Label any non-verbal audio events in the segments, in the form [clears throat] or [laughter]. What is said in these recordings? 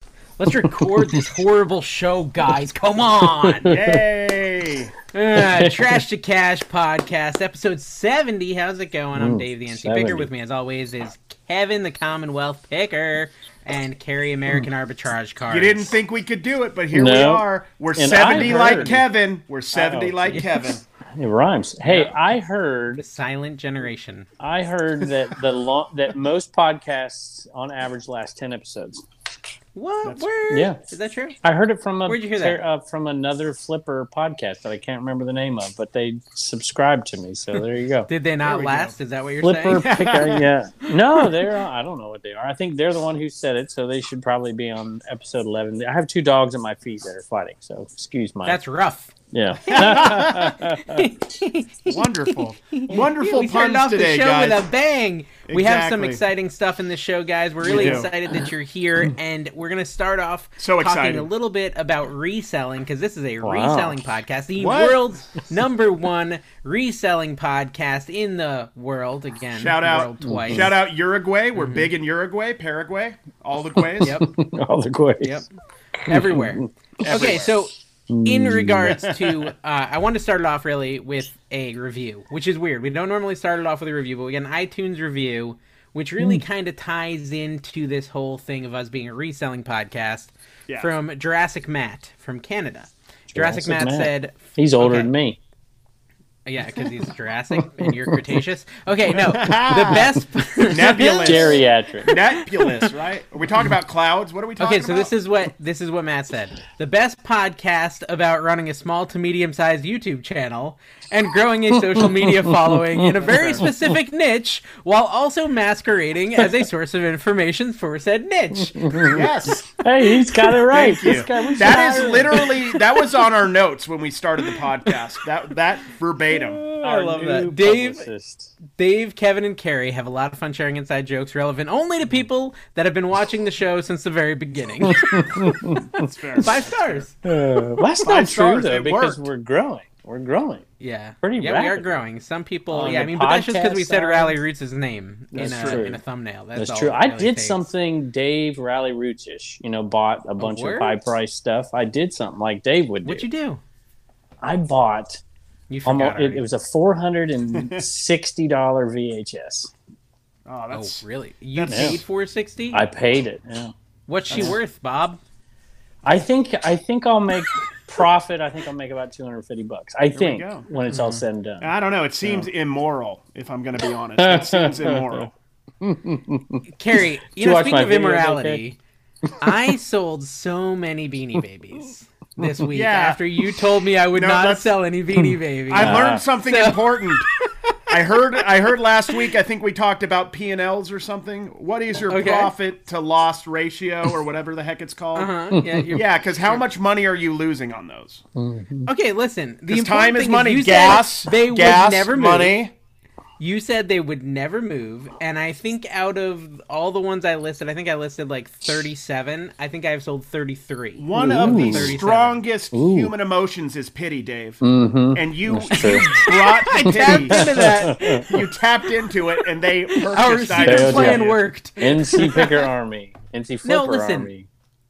[laughs] Let's record this horrible show, guys. Come on. [laughs] [laughs] Yay! Uh, Trash to Cash podcast, episode 70. How's it going? I'm Ooh, Dave, the NC 70. Picker. With me, as always, is Kevin, the Commonwealth Picker, and Carrie, American Mm. Arbitrage Cards. You didn't think we could do it, but here we No. are. We're And 70 I like heard- Kevin. We're 70 Oh. like Yes. [laughs] Kevin. [laughs] It rhymes. Hey, Yeah. I The heard Silent Generation. I heard that the [laughs] lo- that most podcasts on average last ten episodes. What? That's- Word? yeah. Is that true? I heard it from a Where'd you hear that? Uh, from another Flipper podcast that I can't remember the name of, but they subscribed to me. So there [laughs] you go. Did they not we last? Is that what you're Flipper saying? [laughs] picker, yeah. No, they're I don't know what they are. I think they're the one who said it, so they should probably be on episode eleven. I have two dogs at my feet that are fighting, so excuse my That's rough. [laughs] yeah. Wonderful. Wonderful we puns started off the today, show guys. with a bang. We have some Exactly. exciting stuff in the show, guys. We're We really do. excited that you're [clears throat] here, and we're going to start off So talking excited. a little bit about reselling because this is a Wow. reselling podcast, the What? [laughs] world's number one reselling podcast in the world. Again, Shout out, world twice. Mm-hmm. shout out Uruguay. We're big in Uruguay, Paraguay, all the ways. Yep, [laughs] All the quays. yep, everywhere. Okay, Everywhere. so in regards to, uh, I want to start it off really with a review, which is weird. We don't normally start it off with a review, but we get an iTunes review, which really kind of ties into this whole thing of us being a reselling podcast Yeah. from Jurassic Matt from Canada. Jurassic, Jurassic Matt, Matt. said, He's older Okay. than me. "Yeah, because he's Jurassic and you're Cretaceous." Okay, no, the best. [laughs] Nebulous. Geriatric. Nebulous, right? Are we talking about clouds? What are we talking Okay, about? so this is what this is what Matt said. The best podcast about running a small to medium sized YouTube channel and growing a social [laughs] media following in a very specific niche while also masquerading as a source of information for said niche. [laughs] yes. hey, he's got it right. Thank you. This guy- we That should [laughs] is hire literally that was on our notes when we started the podcast. That that verbatim. him. I Our love new that. Dave- publicist. Dave, Kevin, and Carrie have a lot of fun sharing inside jokes relevant only to people that have been watching the show since the very [laughs] beginning. That's fair. Five stars. Well, that's not true stars, though, it because worked. we're growing. We're growing. Yeah. Pretty Yeah, we are rapidly. growing. Some people On yeah, I the mean but that's just because we podcast said side. Rally Roots' name in That's a, true. in a thumbnail. That's, That's, all true. it I really did takes. something Dave Rally Rootish. You know, bought a bunch word? of high priced stuff. I did something like Dave would do. What'd you do? I bought You forgot almost. It, already. it was a four hundred and sixty dollar VHS. Oh, Oh, that's really? You that's- paid four sixty? I paid it. Yeah. What's she worth, Bob? I think I think I'll make profit. I think I'll make about two hundred fifty bucks. I think go. when it's Mm-hmm. all said and done. Ah. I don't know. It seems immoral, if I'm going to be [laughs] honest. It seems immoral. [laughs] Carrie, you you know, watch speaking my of videos, immorality, I sold so many Beanie Babies this [laughs] week Yeah. after you told me I would No, not that's- sell any [laughs] Beanie Babies. I Ah. learned something So- important. [laughs] I heard. I heard last week. I think we talked about P and Ls or something. What is your Okay. profit to loss ratio or whatever the heck it's called? [laughs] Uh-huh. Yeah, you're- Yeah, because how much money are you losing on those? Okay, listen. The 'Cause important time is thing money. you said gas. They gas. would never move. money. You said they would never move, and I think out of all the ones I listed, I think I listed like thirty-seven. I think I've sold thirty-three. One of the 37. strongest human emotions is pity, Dave. Mm. And you, you brought [laughs] the Tapped into pity. that. you tapped into it, and they Our purchased secret Failed items. Oh, plan you. worked. NC Picker Army. NC Flipper No, listen. Army.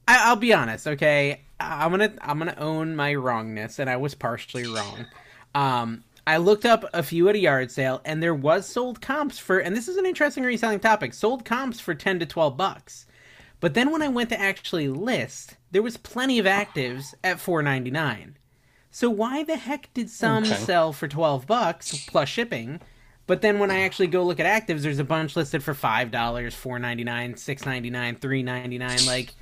I, I'll be honest, okay. I- I'm gonna I'm gonna own my wrongness, and I was partially wrong. Um, I looked up a few at a yard sale, and there was sold comps for, and this is an interesting reselling topic. Sold comps for ten to twelve bucks, but then when I went to actually list, there was plenty of actives at four ninety nine. So why the heck did some Okay. sell for twelve bucks plus shipping? But then when I actually go look at actives, there's a bunch listed for five dollars, four ninety nine, six ninety nine, three ninety nine. Like,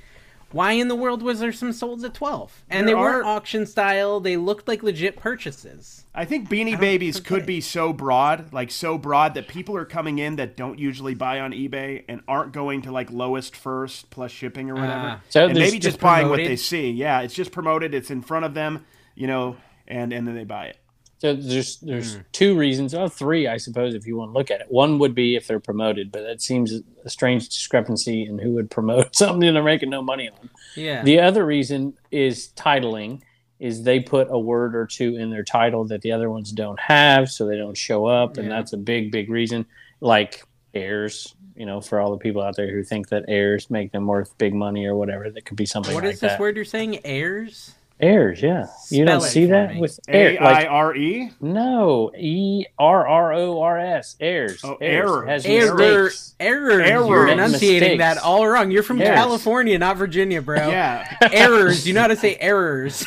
why in the world was there some solds at twelve? And There they are- weren't auction style. They looked like legit purchases. I think Beanie Babies could be so broad, like so broad that people are coming in that don't usually buy on eBay and aren't going to like lowest first plus shipping or whatever. Ah. So and there's maybe just just buying what promoted? they see. Yeah, it's just promoted, it's in front of them, you know, and and then they buy it. So there's there's Hmm. two reasons, or three, I suppose, if you want to look at it. One would be if they're promoted, but that seems a strange discrepancy in who would promote [laughs] something they're making no money on. Yeah. The other reason is titling, is they put a word or two in their title that the other ones don't have, so they don't show up, and Yeah. that's a big, big reason. Like airs, you know, for all the people out there who think that airs make them worth big money or whatever, that could be something What is like this that. word you're saying? Heirs? Airs, yeah. you don't Spell it see for that me. with air. A I Like, R E. no, E R R O R S. Airs. Oh, Airs. error. Has Error. mistakes. Errors. Errors. You're enunciating Mistakes. that all wrong. You're from Yes. California, not Virginia, bro. Yeah, Errors. You know how to say errors.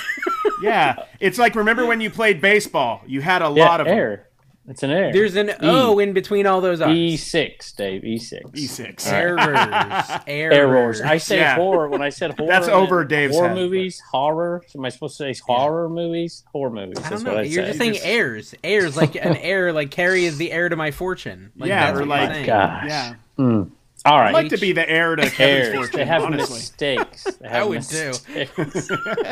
yeah. It's like remember when you played baseball? You had a Yeah, lot of them. air. It's an air. There's an O in between all those R's. E six, Dave. E six. E6. Errors. Errors. [laughs] Errors. I say Yeah. [laughs] horror when I said horror. That's and over Dave's Horror head, movies, horror. So am I supposed to say horror movies, horror movies? I That's don't what know. I You're say. just saying Just- heirs. Heirs, like an heir, like Carrie is the heir to my fortune. Like, Yeah, that's or what you're like- saying. Gosh. Yeah, Mm. All I'd right. like to be the heir to Kevin's Errors. fortune. They have honestly, mistakes. They have would do. mistakes.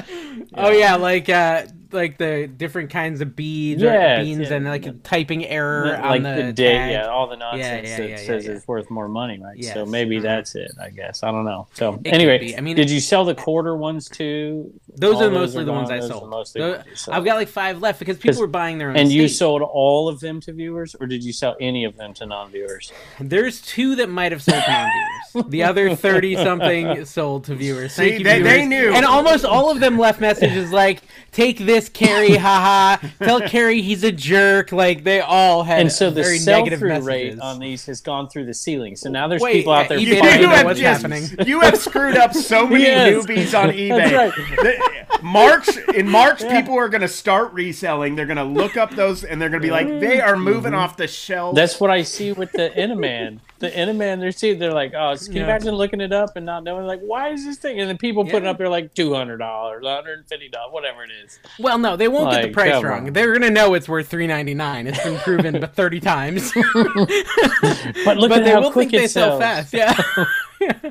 Oh yeah, like uh, like the different kinds of beads, Yeah, or beans, yeah. and like a typing error like on the, the, day, tag. yeah, all the nonsense yeah, that yeah, yeah, says yeah. it's worth more money, right? So Yes. Uh-huh. maybe that's it. I guess I don't know. So could anyway, be. I I mean, mean, did you sell the quarter ones too? Those All are mostly the gone. ones I Those are sold. mostly Tho- the ones you sold. I've got like five left because people were buying their own. And you state. sold all of them to viewers, or did you sell any of them to non-viewers? There's two that might have sold to [laughs] non-viewers. the other thirty something sold to viewers. Thank See, you, they- viewers. they knew. And almost all of them left messages like, "Take this, Carrie, haha. Tell Carrie he's a jerk." Like they all had And so the very negative sell-through messages. rate on these has gone through the ceiling. So now there's Wait, people out uh, there eBay you, don't buying know have them. what's just, happening. [laughs] you have screwed [laughs] up so many Yes. newbies on eBay. That's right. The- March in March, people are going to start reselling. They're going to look up those, and they're going to be like, they Mm-hmm. are moving off the shelf. That's what I see with the Inaman. The Inaman, they're seeing, they're like, oh, can you Yeah. imagine looking it up and not knowing, like, why is this thing? And then people put it Yeah. up there like two hundred dollars, one hundred and fifty dollars, whatever it is. Well, no, they won't get Like, the price come wrong. on. They're gonna know it's worth three ninety nine. It's been proven [laughs] but thirty times. But look but at they how will quick think it they sell sells. fast. [laughs] Yeah.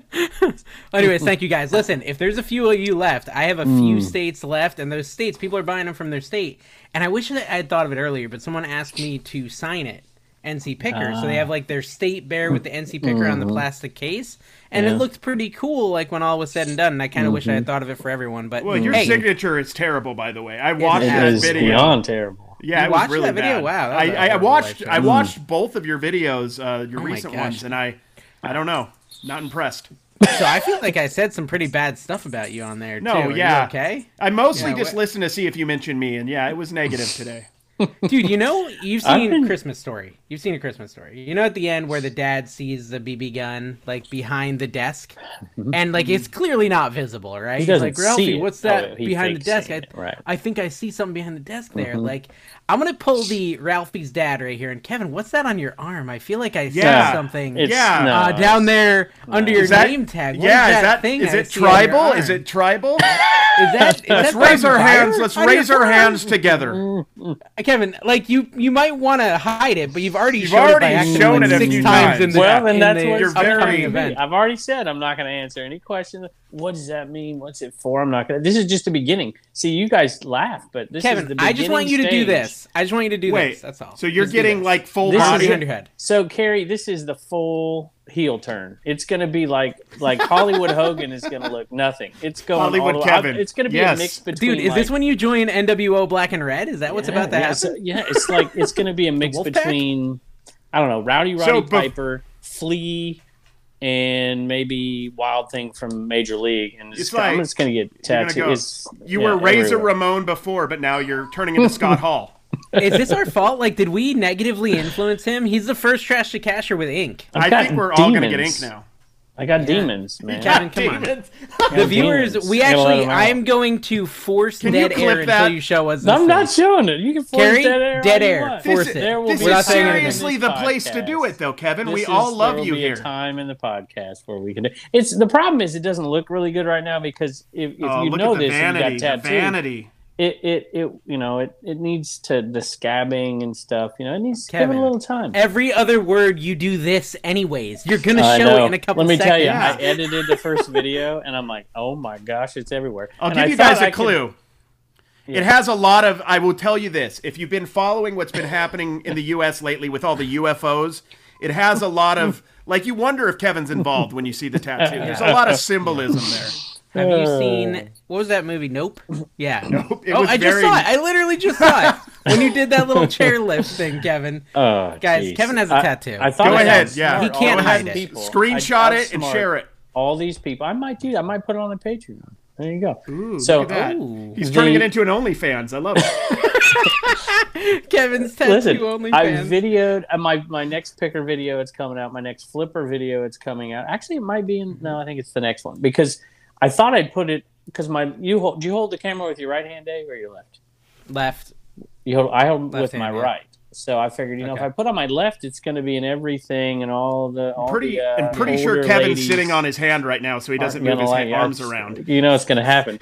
Anyways, thank you guys. Listen, if there's a few of you left, I have a Hmm. few states left, and those states people are buying them from their state. And I wish that I had thought of it earlier, but someone asked me to sign it. NC Picker. so they have like their state bear with the NC Picker on the plastic case. And Mm-hmm. Yeah. Mm-hmm. it looked pretty cool like when all was said and done. And I kind of wish I had thought of it for everyone. But well, your hey, signature is terrible, by the way. I watched is. that It is video. beyond terrible. Yeah, You it was watched really that video? bad. Wow, that was a I, I horrible watched life I choice. watched both of your videos, uh, your Oh my recent gosh. ones, and I I don't know, not impressed. so I feel like I said some pretty bad stuff about you on there. No, too. Are you yeah. [laughs] okay. I mostly Yeah, just wh- listened to see if you mentioned me, and yeah, it was negative today. Dude, you know you've I've seen been- Christmas Story. You've seen a Christmas Story. You know at the end where the dad sees the BB gun like behind the desk, and like it's clearly not visible, right? He's Mm-hmm. doesn't like, Ralphie, see it. what's that Oh, he behind the thinks desk? I, seeing it, right. Mm-hmm. I think I see something behind the desk there. Like, I'm gonna pull the Ralphie's dad right here. And Kevin, what's that on your arm? I feel like I Yeah. see something. It's, Yeah. no, uh, down there under your Is that- name tag. What yeah, is that, that thing? is I it see on your tribal? arm? Is it tribal? [laughs] Is that? Is Let's that raise that our wire hands. Let's on your raise our forearm? hands together. Uh, Kevin, like you, you might want to hide it, but you've already You've shown already it by accident, shown like it a six few times. times. In the, Well, then in that's the what You're it's upcoming very- event. I've already said I'm not going to answer any questions. What does that mean? What's it for? I'm not going. to This is just the beginning. See, you guys laugh, but this is the Kevin, beginning I just want you to do stage. this. I just want you to do Wait, this. That's all. so you're Just do getting this. like full This is body body. it. on your head. So, Carrie, this is the full heel turn. It's going to be like like [laughs] Hollywood Hogan is going to look nothing. It's going Hollywood all the way- I- Kevin. It's going to be Yes. a mix between. Dude, is this like- when you join NWO Black and Red? Is that what's about to yeah, happen? so- yeah, it's like it's going to be a mix Wolfpack? between I don't know, Rowdy Roddy So bef- Piper, Flea, and maybe Wild Thing from Major League. And it's, It's I'm like- just going to get You're gonna tattooed. go- It's- You yeah, were Razor everywhere. Ramon before, but now you're turning into [laughs] Scott Hall. Is this our fault? Like, did we negatively influence him? He's the first trash to casher with ink. I've I got think we're all gonna get demons. ink now. I got demons, man. got- Kevin, come on. Demons. The viewers, demons. we Gotta let actually, him out. I'm going to force Can you dead clip air that? until you show us. This I'm not thing. showing it. You can force Carrie, dead air. all dead you air. want. Force this, it. There will this be We're is not saying anything. seriously the place to do it, though, Kevin. we This all is- love there you will be here. A time in the podcast where we can. Do, it's the problem is it doesn't look really good right now because if, if Oh, you look know at the this and vanity. you the got tattooed, vanity. it, it it you know it it needs to the scabbing and stuff. You know it needs to give it a Kevin, little time. Every other word, you do this anyways. You're gonna I show know. it in a couple. Let me seconds. tell you, Yeah. I edited the first video and I'm like, oh my gosh, it's everywhere. I'll And give I you thought guys I a could- clue. Yeah. It has a lot of. I will tell you this: if you've been following what's been happening in the U.S. lately with all the UFOs, it has a lot of. Like [laughs] [sighs] you wonder if Kevin's involved when you see the tattoo. There's a lot of symbolism there. Have you seen What was that movie? Nope. Yeah. [laughs] Nope. It oh, was I very, just saw it. I literally just [laughs] saw it when you did that little chairlift thing, [laughs] Kevin. Oh, Guys, jeez. Kevin has a I- tattoo. I [laughs] thought Go I ahead. was Yeah. smart. He All can't these hide it. people- Screenshot I- I was it and smart. share it. All these people. I might do that. I might put it on the Patreon. There you go. Ooh, So- look at that. Oh. Ooh. He's turning The- it into an OnlyFans. I love it. [laughs] Kevin's tattoo Listen, only I fan. videoed uh, my my next picker video. It's coming out. My next flipper video. It's coming out. Actually, it might be in. Mm-hmm. No, I think it's the next one because I thought I'd put it because my you hold. Do you hold the camera with your right hand, Dave, or your left? Left. You hold. I hold Left with my hand, yeah. right. So I figured, you know, if Okay. I put on my left, it's going to be in everything and all the. All pretty, the, uh, I'm pretty sure older Kevin's ladies sitting on his hand right now, so he doesn't aren't move gonna his like- hand- yeah, arms it's- [laughs] around. You know, it's going [laughs] to happen.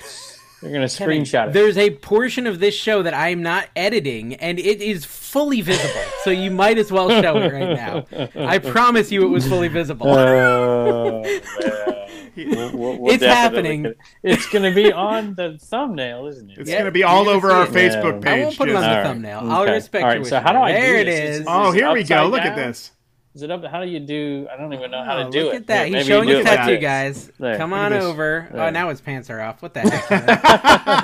You're going to Kevin, screenshot it. There's a portion of this show that I am not editing, and it is fully visible. so you might as [laughs] well show it right now. I promise you, it was fully visible. Uh, Oh, [laughs] man. We'll- we'll- we'll It's definitely happening. get it. It's going to be on the thumbnail, isn't it? It's Yeah, gonna be you're all gonna over see our it. Facebook I page. won't put it on just- the Alright, thumbnail. I'll okay. respect All your right, so wishes. how do I do There this? it Is is. this- oh, here we go. upside Look at down? this. Is it up? How do you do? I don't even know how Oh, to do Look it. at that. Here, He's maybe you showing do his it like tattoo, this. guys. There, Come look at on this. over. Oh, There. now his pants are off. What the heck? [laughs]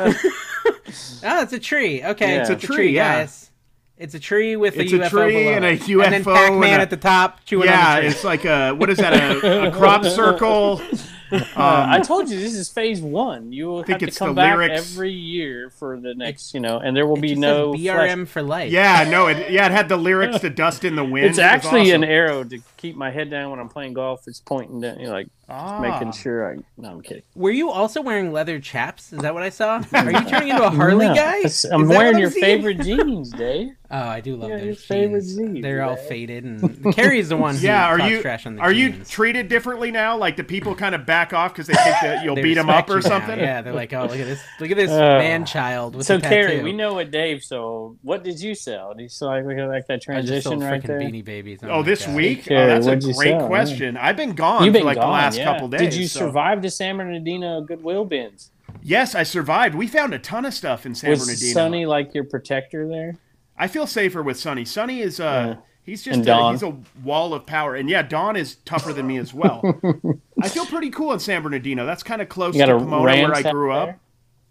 oh, it's a tree. Okay. Yeah. It's a tree, yeah. guys. It's a tree with It's a a UFO tree below and a it. And then UFO Pac-Man and a- at the top chewing Yeah, on the tree. it's like a what is that? [laughs] A, a crop circle. Uh, I Um, told you this is phase one. You will think have to it's come the back lyrics. every year for the next, you know, and there will It be just no says flesh. BRM for life. yeah, no, it yeah, it had the lyrics to "Dust in the Wind." It's It was actually awesome. an arrow to keep my head down when I'm playing golf. It's pointing down, you know, like Ah. making sure I. No, I'm kidding. Were you also wearing leather chaps? Is that what I saw? Are you turning [laughs] into a Harley No, guy? it's- Is that I'm what wearing your seeing? [laughs] favorite jeans, Dave. Oh, I do love Yeah, those your favorite jeans. jeans, They're all right? faded, [laughs] and Carrie's the one. Who Yeah, are talks you trash on the are you jeans. treated differently now? Like do people kind of back off because they think [laughs] that you'll They beat them respect up or you now. something? Yeah, they're like, oh, look at this, look at this Uh, man child with So a tattoo. Carrie, we know what Dave sold. What did you sell? Do you still like we got like that I just transition sold right frickin' there? Beanie Babies. Oh, my this God. week? Carrie, oh, what'd that's you a great sell? Yeah. question. I've been gone You've for been like gone, the last yeah. couple days. Did you so- survive the San Bernardino Goodwill bins? Yes, I survived. We found a ton of stuff in San Was Bernardino. Sonny like your protector there? I feel safer with Sonny. Sonny is uh Yeah. he's just And a, Dawn. he's a wall of power. And yeah, Don is tougher than me as well. [laughs] I feel pretty cool in San Bernardino. That's kind of close You got to a Pomona Rams where I hat grew up. there?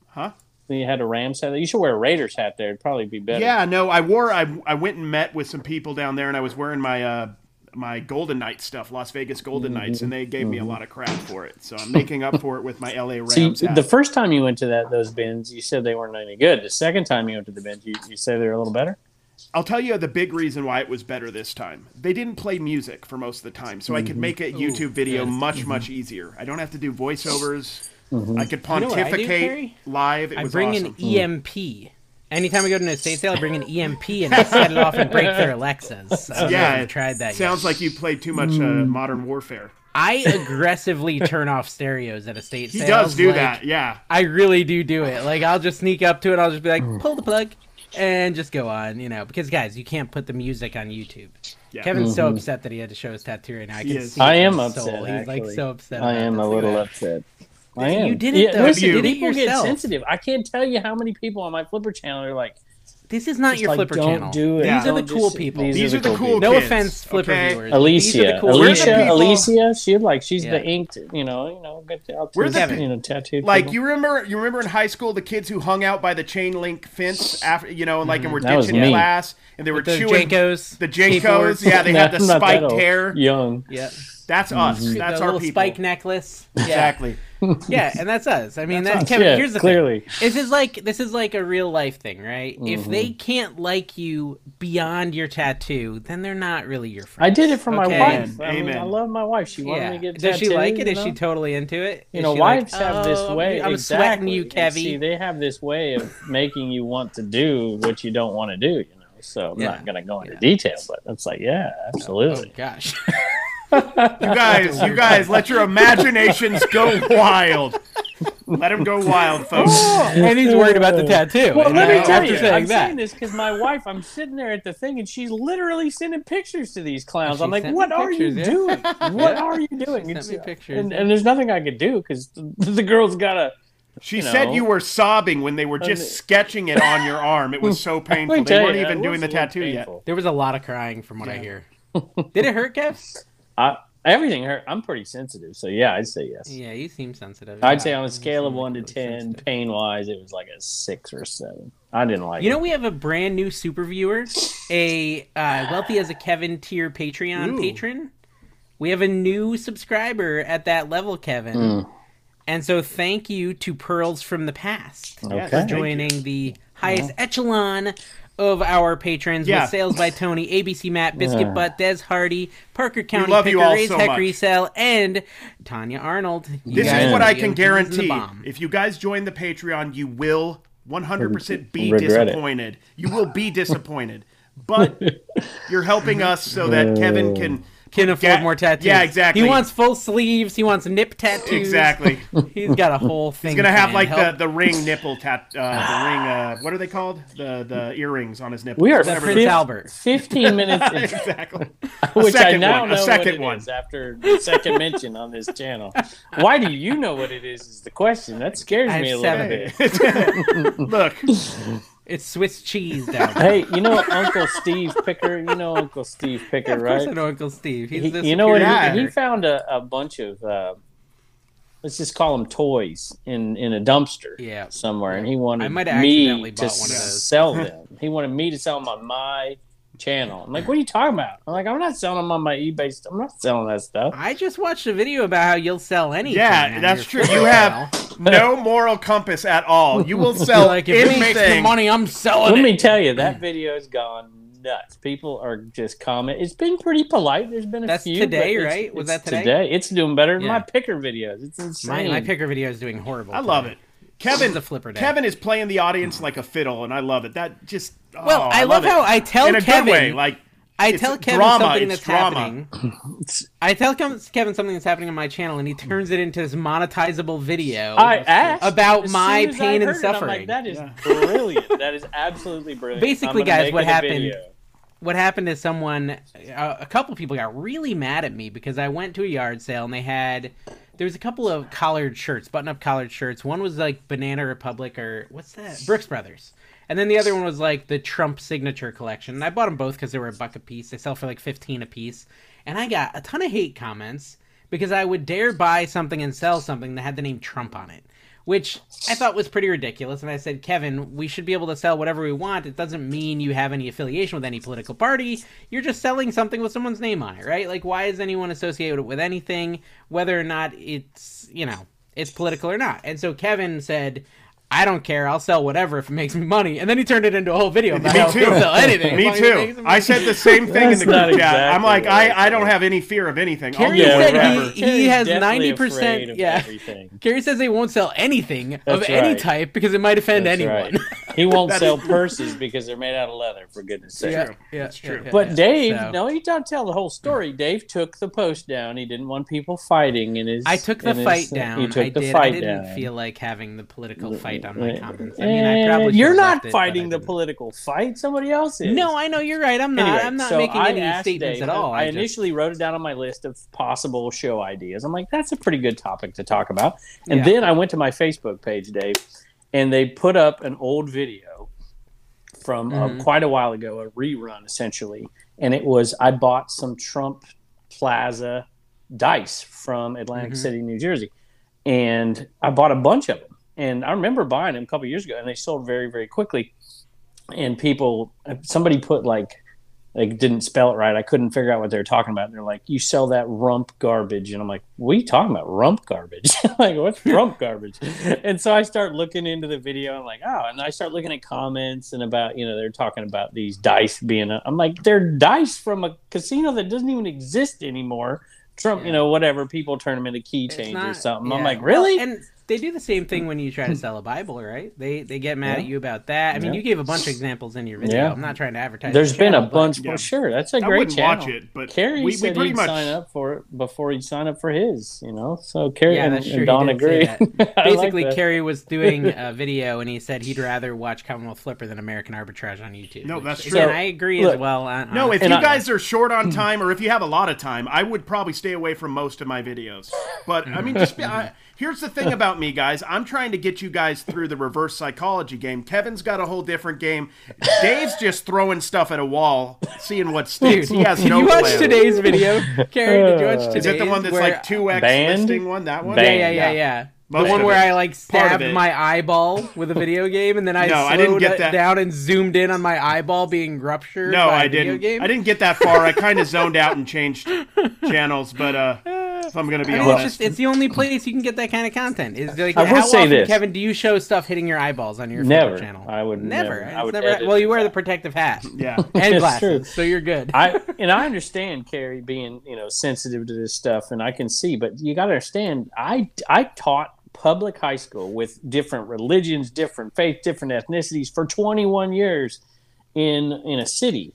Huh? You had a Rams hat. there? You should wear a Raiders hat there. It'd probably be better. Yeah, no, I wore I I went and met with some people down there and I was wearing my uh my Golden Knights stuff, Las Vegas Golden Mm-hmm. Knights, and they gave me a lot of crap for it. So I'm making up for it with my LA Rams So you, hat. the first time you went to that those bins, you said they weren't any good. The second time you went to the bins, you, you say they're a little better. I'll tell you the big reason why it was better this time. They didn't play music for most of the time, so Mm-hmm. I could make a YouTube video much Mm-hmm. much easier. I don't have to do voiceovers. Mm-hmm. I could know what I do, pontificate Carrie? live. It I was bring awesome. an EMP. Anytime I go to an estate sale, I bring an EMP and I set it off and break their [laughs] Alexas. I don't know if yeah, you've tried that. yet. Sounds like you played too much uh, Mm-hmm. Modern Warfare. I aggressively turn off stereos at estate He sales. does do like, that. Yeah. I really do do it. Like I'll just sneak up to it. I'll just be like, pull the plug, and just go on. You know, because guys, you can't put the music on YouTube. Yeah. Kevin's so upset that he had to show his tattoo right now. I, can is. see it Mm-hmm. I in am his soul. upset. He's like actually. so upset. I about am this. a Look at little that. upid. I am. you did it, though. Listen, You did it people yourself. get sensitive. I can't tell you how many people on my Flipper channel are like, This is not just your like, flipper don't channel. do it. These are the Don't cool just- people. these These are the cool. no kids, offense, flipper okay? viewers. These are Alicia, the cool We're the Alicia, people- Alicia. She like she's Yeah. the inked, you know, you know, got the, We're the you know, tattooed. Like people. you remember, you remember in high school the kids who hung out by the chain link fence after you know, and like and were Mm-hmm. That was ditching me. class, and they were The chewing Jankos. the Jankos. Yeah, they [laughs] No, had the I'm not that spiked old. Mm-hmm. hair. Young. Yeah. That's us. That's the our little people. spike necklace. Yeah. Exactly. Yeah, and that's us. I mean, that's, Kevin. Yeah, here's the thing. clearly. This is like this is like a real life thing, right? If they Mm-hmm. can't like you beyond your tattoo, then they're not really your friend. I did it for Okay. my wife. I mean, Amen. I love my wife. She wanted Yeah. me to get Does she tattooed, like it? you Is she know? totally into it? you Is know, she like, wives have this "Oh, way. I'm exactly. sweating you, And See, Kevy. they have this way of making you want to do what you don't want to do. You know, so I'm Yeah. not going to go into detail, but it's like, yeah, Oh absolutely. gosh. [laughs] You guys, you guys, let your imaginations go wild. Let them go wild, folks. Oh, and he's worried about the tattoo. Well, and let I- me tell after you, saying I'm that, saying this because my wife, I'm sitting there at the thing, and she's literally sending pictures to these clowns. She I'm like, sent "What me are you pictures, yeah. doing? [laughs] What Yeah. are you doing?" sent It's- me pictures, and, yeah. and there's nothing I could do because [laughs] the, the girl's got a. She You said know. you were sobbing when they were Um, just sketching it on your arm. It was [laughs] so painful. They weren't even doing the tattoo yet. [laughs] there was a lot of crying from what I hear. Did it hurt, Kev? I Everything hurt. I'm pretty sensitive, so yeah, I'd say yes. Yeah, you seem sensitive. Yeah, I'd say on you a scale of seem one to really ten, sensitive. pain wise, it was like a six or seven. I didn't like You it. know, we have a brand new super viewer, a uh, wealthy as a Kevin tier Patreon Ooh. patron. We have a new subscriber at that level, Kevin. Hmm. And so, thank you to Pearls from the Past Yes, Okay. thank you. joining the highest echelon of our patrons Yeah. with sales by Tony, ABC Matt, Biscuit Yeah. Butt, Des Hardy, Parker County love you Picker, all Raise so Heck much. Resell, and Tanya Arnold. You This guys is what are I the OGs can and the guarantee. bomb. If you guys join the Patreon, you will 100% be Regret it. disappointed. You will be disappointed. But you're helping us so that Kevin can can afford Yeah, more tattoos. yeah, exactly. He wants full sleeves. He wants nip tattoos. exactly. [laughs] He's got a whole thing. He's gonna have planned. like Help. the, the ring [laughs] nipple tat, uh, the ring. Uh, what are they called? The the earrings on his nipple. We are Whatever, [laughs] fif- Prince Albert. fifteen [laughs] minutes, in, exactly. [laughs] which I second now one, a know second what it one. is after the second mention on this channel. Why do you know what it is? Is the question that scares I have me a seven. little [laughs] bit. Look, It's Swiss cheese [laughs] down. there. Hey, you know Uncle Steve Picker. You know Uncle Steve [laughs] Picker, of course, right? I know Uncle Steve. He's He- the you know what? superior He, he leader. found a, a bunch of, uh, let's just call them toys in, in a dumpster Yeah. somewhere, and he wanted I might have accidentally me bought to one of those. [laughs] sell them. he wanted me to sell them on my channel. I'm like, what are you talking about? I'm like, I'm not selling them on my eBay. st- I'm not selling that stuff. I just watched a video about how you'll sell anything. Yeah, on that's your true. You channel. have no moral compass at all. You will sell like if it makes the anything. money, I'm selling Let it. me tell [clears throat] you, that video's gone nuts. People are just comment. It's been pretty polite. There's been a That's few. today, but it's- right? Was it's that today? It's doing better than Yeah. my picker videos. It's my, insane. my picker video is doing horrible. I love today. it. Kevin This is a flipper day. Kevin is playing the audience like a fiddle, and I love it. That just oh, Well, I, love, it. how I tell in a Kevin. good way, like I it's tell Kevin drama, something it's that's drama. happening. [laughs] I tell Kev- Kevin something that's happening on my channel, and he turns it into this monetizable video. I asked About as my soon as I pain and heard it, I'm like, suffering. that is Yeah. brilliant. [laughs] That is absolutely brilliant. Basically, I'm gonna guys, make what it a happened- video. what happened is someone a, a couple people got really mad at me because i went to a yard sale and they had there was a couple of collared shirts button-up collared shirts one was like banana republic or what's that brooks brothers and then the other one was like the trump signature collection and i bought them both because they were a buck a piece they sell for like 15 a piece and i got a ton of hate comments because i would dare buy something and sell something that had the name trump on it which I thought was pretty ridiculous. And I said, Kevin, we should be able to sell whatever we want. It doesn't mean you have any affiliation with any political party. You're just selling something with someone's name on it, right? Like, why is anyone associated with anything, whether or not it's, you know, it's political or not? And so Kevin said, I don't care. I'll sell whatever if it makes me money. And then he turned it into a whole video about how [laughs] me he'll sell too. anything. Me too. I said the same thing in That's the not group chat. I'm exactly like, right. I, I don't have any fear of anything. I'll Carrie do said whatever. he- has 90% definitely afraid of yeah. everything. Gary says they won't sell anything of That's any right. type because it might offend That's anyone. right. He [laughs] won't That sell purses because they're made out of leather. For goodness' sake. Yeah, yeah, That's true. yeah, yeah, But yeah. Dave, So- no, you don't tell the whole story. Dave took the post down. He didn't want people fighting in his. I took the in his- uh, fight down. He took I the did. fight I didn't down. feel like having the political fight on Eh, my comments. I mean, I probably you're should've not left it, but I fighting the didn't. political fight. Somebody else is. No, I know you're right. I'm not. Anyway, I'm not so making I any asked statements at Dave- all. I, I, just, initially wrote it down on my list of possible show ideas. I'm like, that's a pretty good topic to talk about. And Yeah. then I went to my Facebook page, Dave, and they put up an old video from Mhm. uh, quite a while ago, a rerun essentially, and it was I bought some Trump Plaza dice from Atlantic Mhm. City, New Jersey, and I bought a bunch of them. And I remember buying them a couple years ago, and they sold very, very quickly. And people, somebody put like like didn't spell it right. I couldn't figure out what they were talking about. And they're like, "You sell that rump garbage," and I'm like, "What are you talking about, rump garbage? [laughs] like, what's rump garbage?" And so I start looking into the video. I'm like, "Oh," and I start looking at comments and about you know they're talking about these dice being. A, I'm like, they're dice from a casino that doesn't even exist anymore. Trump, you Yeah. know, whatever people turn them into keychains It's or not- something. I'm yeah. like, really? Well, and they do the same thing when you try to sell a Bible, right? They they get mad Yeah. at you about that. I mean, Yeah. you gave a bunch of examples in your video. Yeah. I'm not trying to advertise. There's the been a channel, but- bunch. yeah. Well, sure, that's a I great wouldn't channel. watch it, but Carrie we, we said pretty he'd much sign up for it before he'd sign up for his, you know. So Carrie Yeah, and, that's and true. He Don did say agree. that. [laughs] I like Basically, that. Kerry was doing [laughs] a video and he said he'd rather watch Commonwealth Flipper than American Arbitrage on YouTube. No, which, that's again, true. I agree as Look, well. on- No, on- if And you I- guys are short on Hmm. time, or if you have a lot of time, I would probably stay away from most of my videos. But I mean, just be, I, Here's the thing about me, guys. I'm trying to get you guys through the reverse psychology game. Kevin's got a whole different game. Dave's just throwing stuff at a wall, seeing what sticks. He has Did no you watch plan. today's video, Carrie? Did you watch today's? [laughs] Is it the one that's where- like two X Banned? listing one? That one? Yeah, Banned. yeah, yeah, Yeah. yeah. The Most one of where it. I like Part of stabbed it. my eyeball with a video game, and then I No, slowed I didn't get it that. down and zoomed in on my eyeball being ruptured. No, by a I video didn't. Game. I didn't get that far. [laughs] I kind of zoned out and changed channels, but uh, if I'm gonna be I mean, it's honest, just it's the only place you can get that kind of content. Is like I will how say often, this. Kevin, do you show stuff hitting your eyeballs on your Never. Flipper channel? I would never. never. I It's would never edit well, you wear that. the protective [laughs] hat yeah. and It's glasses, true. so you're good. I and I understand Carrie being you know sensitive to this stuff, and I can see, but you got to understand, I I taught public high school with different religions, different faith, different ethnicities for 21 years in in a city,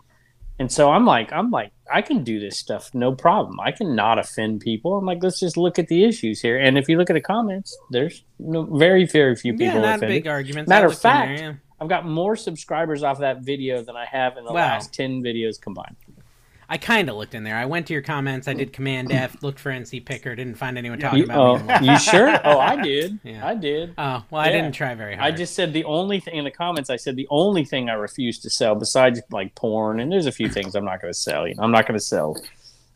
and so I'm like I'm like I can do this stuff no problem. I can not offend people. I'm like let's just look at the issues here, and if you look at the comments, there's no, very very few people yeah, not a offended. big argument. Matter I of looked in there, fact, yeah. I've got more subscribers off that video than I have in the Wow. last 10 videos combined. I kind of looked in there. I went to your comments. I did Command F, looked for NC Picker, didn't find anyone talking You, about me. oh, you sure? Oh, I did. Yeah. I did. [laughs] Oh, well, I Yeah. didn't try very I hard. just said the only thing in the comments. I said the only thing I refuse to sell, besides like porn, and there's a few things I'm not going to sell. You know, I'm not going to sell.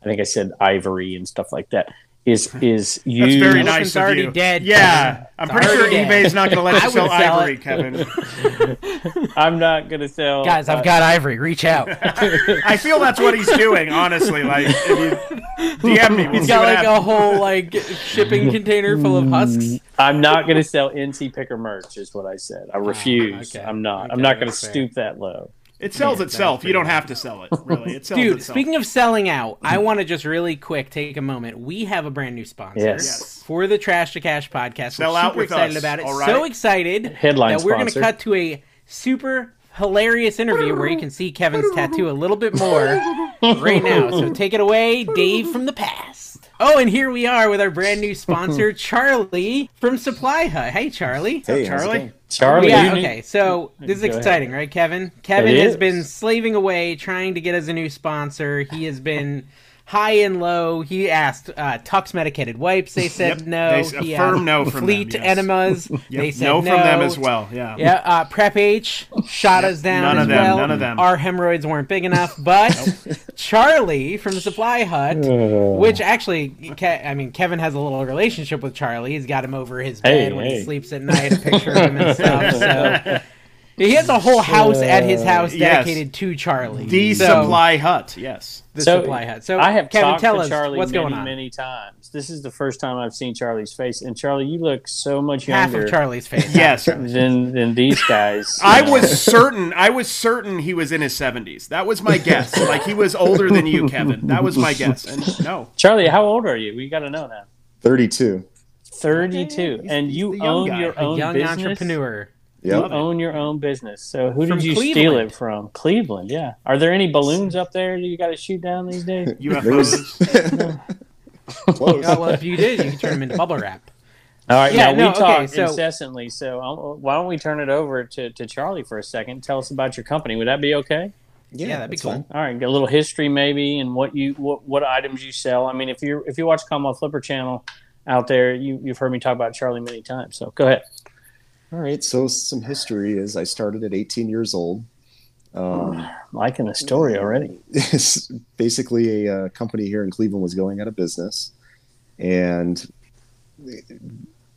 I think I said ivory and stuff like that. [laughs] Is is you? That's very Wilson's nice of already you. dead, yeah, Kevin. I'm It's pretty sure already dead. eBay's not gonna [laughs] let I you would sell sell ivory, it. Kevin. I'm not going to sell. uh, Guys, I've got Ivory. [laughs] Reach out. I feel that's what he's doing, honestly. Like, if you DM me, we'll He's see got what like happens. a whole like shipping container full Mm. of husks. Oh, I'm not going to sell NC Picker merch. Is what I said. I refuse. okay. I'm not. Okay, I'm not going to that's fair. stoop that low. It sells Yeah, itself. that's You don't pretty have to sell it, really. It sells Dude, itself. speaking of selling out, I want to just really quick take a moment. We have a brand new sponsor Yes. Yes. for the Trash to Cash podcast. Sell We're out super with excited us, about it. all right? So excited Headline that we're going to sponsor. cut to a super hilarious interview where you can see Kevin's tattoo a little bit more right now. So take it away, Dave from the past. Oh, and here we are with our brand new sponsor, Charlie from Supply Hut. Hey, Charlie. Hey, how's it Charlie? going? Charlie, you Yeah, knew- okay. So this is Go ahead. exciting, right, Kevin? Kevin It has is. been slaving away trying to get us a new sponsor. He has been high and low. He asked uh, Tux medicated wipes. They said Yep. no. They s- He a asked firm no from them, Fleet yes. [laughs] enemas. They Yep. said no no, from them as well. Yeah. [laughs] Yeah, uh, Prep H shot us down. none as of them, well. none of them. Our hemorrhoids weren't big enough, [laughs] but Charlie from Supply Hut, Uh, which actually, Ke- I mean, Kevin has a little relationship with Charlie. He's got him over his Hey, bed when he hey. sleeps at night, a picture of him [laughs] and stuff. So he has a whole house at his house Yes. dedicated to Charlie. The So- supply hut. Yes. the So, Supply Hut. So I have Kevin, talked tell to us Charlie what's many, going on. many times. This is the first time I've seen Charlie's face, and Charlie, you look so much Half younger of Charlie's face. Yes. than than these [laughs] guys. I was certain. I was certain he was in his seventies. That was my guess. Like he was older than you, Kevin. That was my guess. And no, [laughs] Charlie. How old are you? We got to know now. 32. Thirty-two, he's- and he's you the young own guy. your A own young business. entrepreneur. Yep. You own your own business. So who From did you steal Cleveland. it from? Cleveland. Yeah. Are there any balloons up there that you got to shoot down these days? [laughs] There was- UFOs. Close. Oh, well, if you did, you could turn him into bubble wrap. All right. Yeah, now no, we okay, talk so- incessantly. So I'll, why don't we turn it over to, to Charlie for a second? Tell us about your company. Would that be okay? Yeah, that'd be that's cool. fine. All right, get a little history maybe, and what you what, what items you sell. I mean, if you if you watch Commonwealth Flipper Channel out there, you you've heard me talk about Charlie many times. So go ahead. All right. So some history is I started at 18 years old. Um, [laughs] I'm liking the story already. it's basically a uh, company here in Cleveland was going out of business, and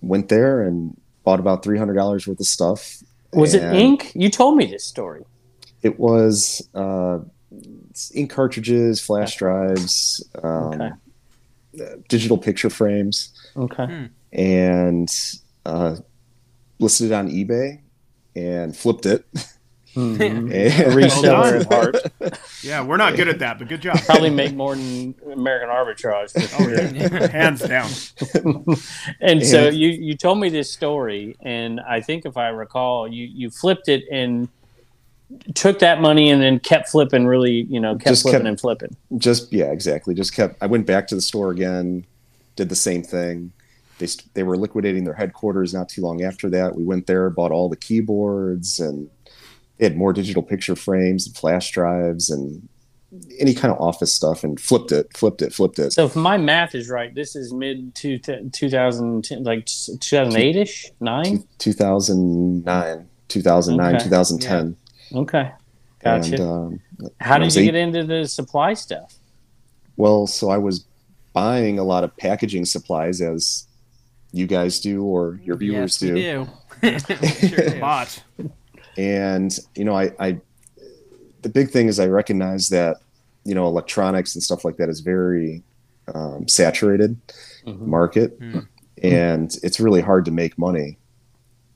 went there and bought about three hundred dollars worth of stuff. Was it And ink? You told me this story. It was uh, it's ink cartridges, flash drives, um, Okay. uh, digital picture frames. Okay. and uh, listed it on eBay and [laughs] flipped it. Mhm. And- Reseller at heart. yeah, we're not good at that, but good job. [laughs] Probably make more than American arbitrage. Oh yeah, hands down. And so Yeah. you you told me this story, and I think if I recall, you you flipped it and took that money and then kept flipping. Really, you know, kept Just flipping kept- and flipping. [laughs] Just yeah, exactly. Just kept. I went back to the store again, did the same thing. They st- they were liquidating their headquarters not too long after that. We went there, bought all the keyboards, and they had more digital picture frames and flash drives, and any kind of office stuff and flipped it, flipped it, flipped it. So if my math is right, this is mid two two thousand ten, like two thousand eight ish, nine. 2009, 2009, Okay. 2010. Okay, gotcha. And um, How when I did was you eight- get into the supply stuff? Well, so I was buying a lot of packaging supplies as you guys do or your viewers yes, we do. [laughs] We sure do. Bot. and you know I, I the big thing is i recognize that you know electronics and stuff like that is very um, saturated Mhm. market Mm. and it's really hard to make money